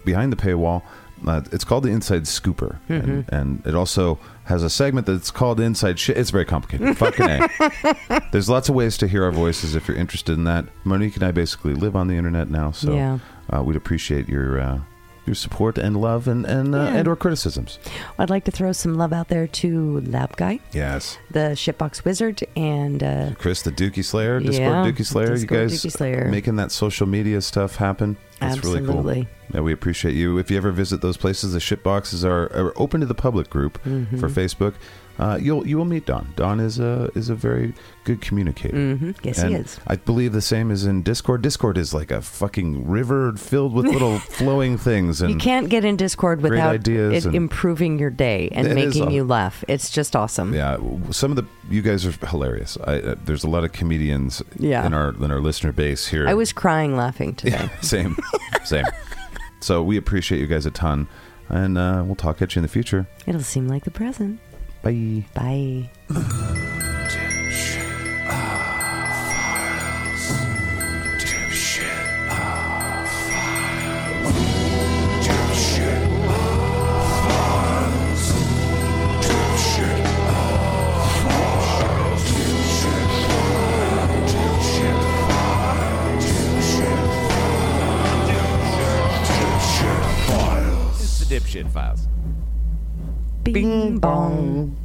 [SPEAKER 1] behind the paywall. Uh, it's called the Inside Scooper, and, and it also has a segment that's called Inside Shit. It's very complicated. Fucking a. There's lots of ways to hear our voices if you're interested in that. Monique and I basically live on the internet now, so
[SPEAKER 2] Yeah.
[SPEAKER 1] uh, we'd appreciate your uh, your support and love and and uh, and or criticisms.
[SPEAKER 2] I'd like to throw some love out there to Lab Guy,
[SPEAKER 1] Yes,
[SPEAKER 2] the shitbox wizard, and uh,
[SPEAKER 1] Chris the Dookie Slayer, Discord
[SPEAKER 2] Yeah,
[SPEAKER 1] Dookie Slayer,
[SPEAKER 2] Discord
[SPEAKER 1] you guys
[SPEAKER 2] Dookie Slayer.
[SPEAKER 1] making that social media stuff happen. That's really
[SPEAKER 2] Absolutely.
[SPEAKER 1] cool. Yeah, we appreciate you. If you ever visit those places, the ship boxes are, are open to the public group
[SPEAKER 2] Mm-hmm.
[SPEAKER 1] for Facebook. Uh, you'll you will meet Don. Don is a is a very good communicator.
[SPEAKER 2] Mhm. yes,
[SPEAKER 1] And
[SPEAKER 2] he is.
[SPEAKER 1] I believe the same is in Discord. Discord is like a fucking river filled with little flowing things, and
[SPEAKER 2] You can't get in Discord
[SPEAKER 1] Great
[SPEAKER 2] without
[SPEAKER 1] ideas
[SPEAKER 2] it
[SPEAKER 1] and-
[SPEAKER 2] improving your day and
[SPEAKER 1] It is
[SPEAKER 2] making
[SPEAKER 1] awesome.
[SPEAKER 2] you laugh. It's just awesome.
[SPEAKER 1] yeah, w- some of the you guys are hilarious. I, uh, there's a lot of comedians
[SPEAKER 2] Yeah.
[SPEAKER 1] in our in our listener base here.
[SPEAKER 2] I was crying laughing today.
[SPEAKER 1] yeah, same, same. So we appreciate you guys a ton, and uh, we'll talk at you in the future.
[SPEAKER 2] It'll seem like the present.
[SPEAKER 1] Bye.
[SPEAKER 2] Bye.
[SPEAKER 6] It's the dipshit files.
[SPEAKER 2] Bing, bong.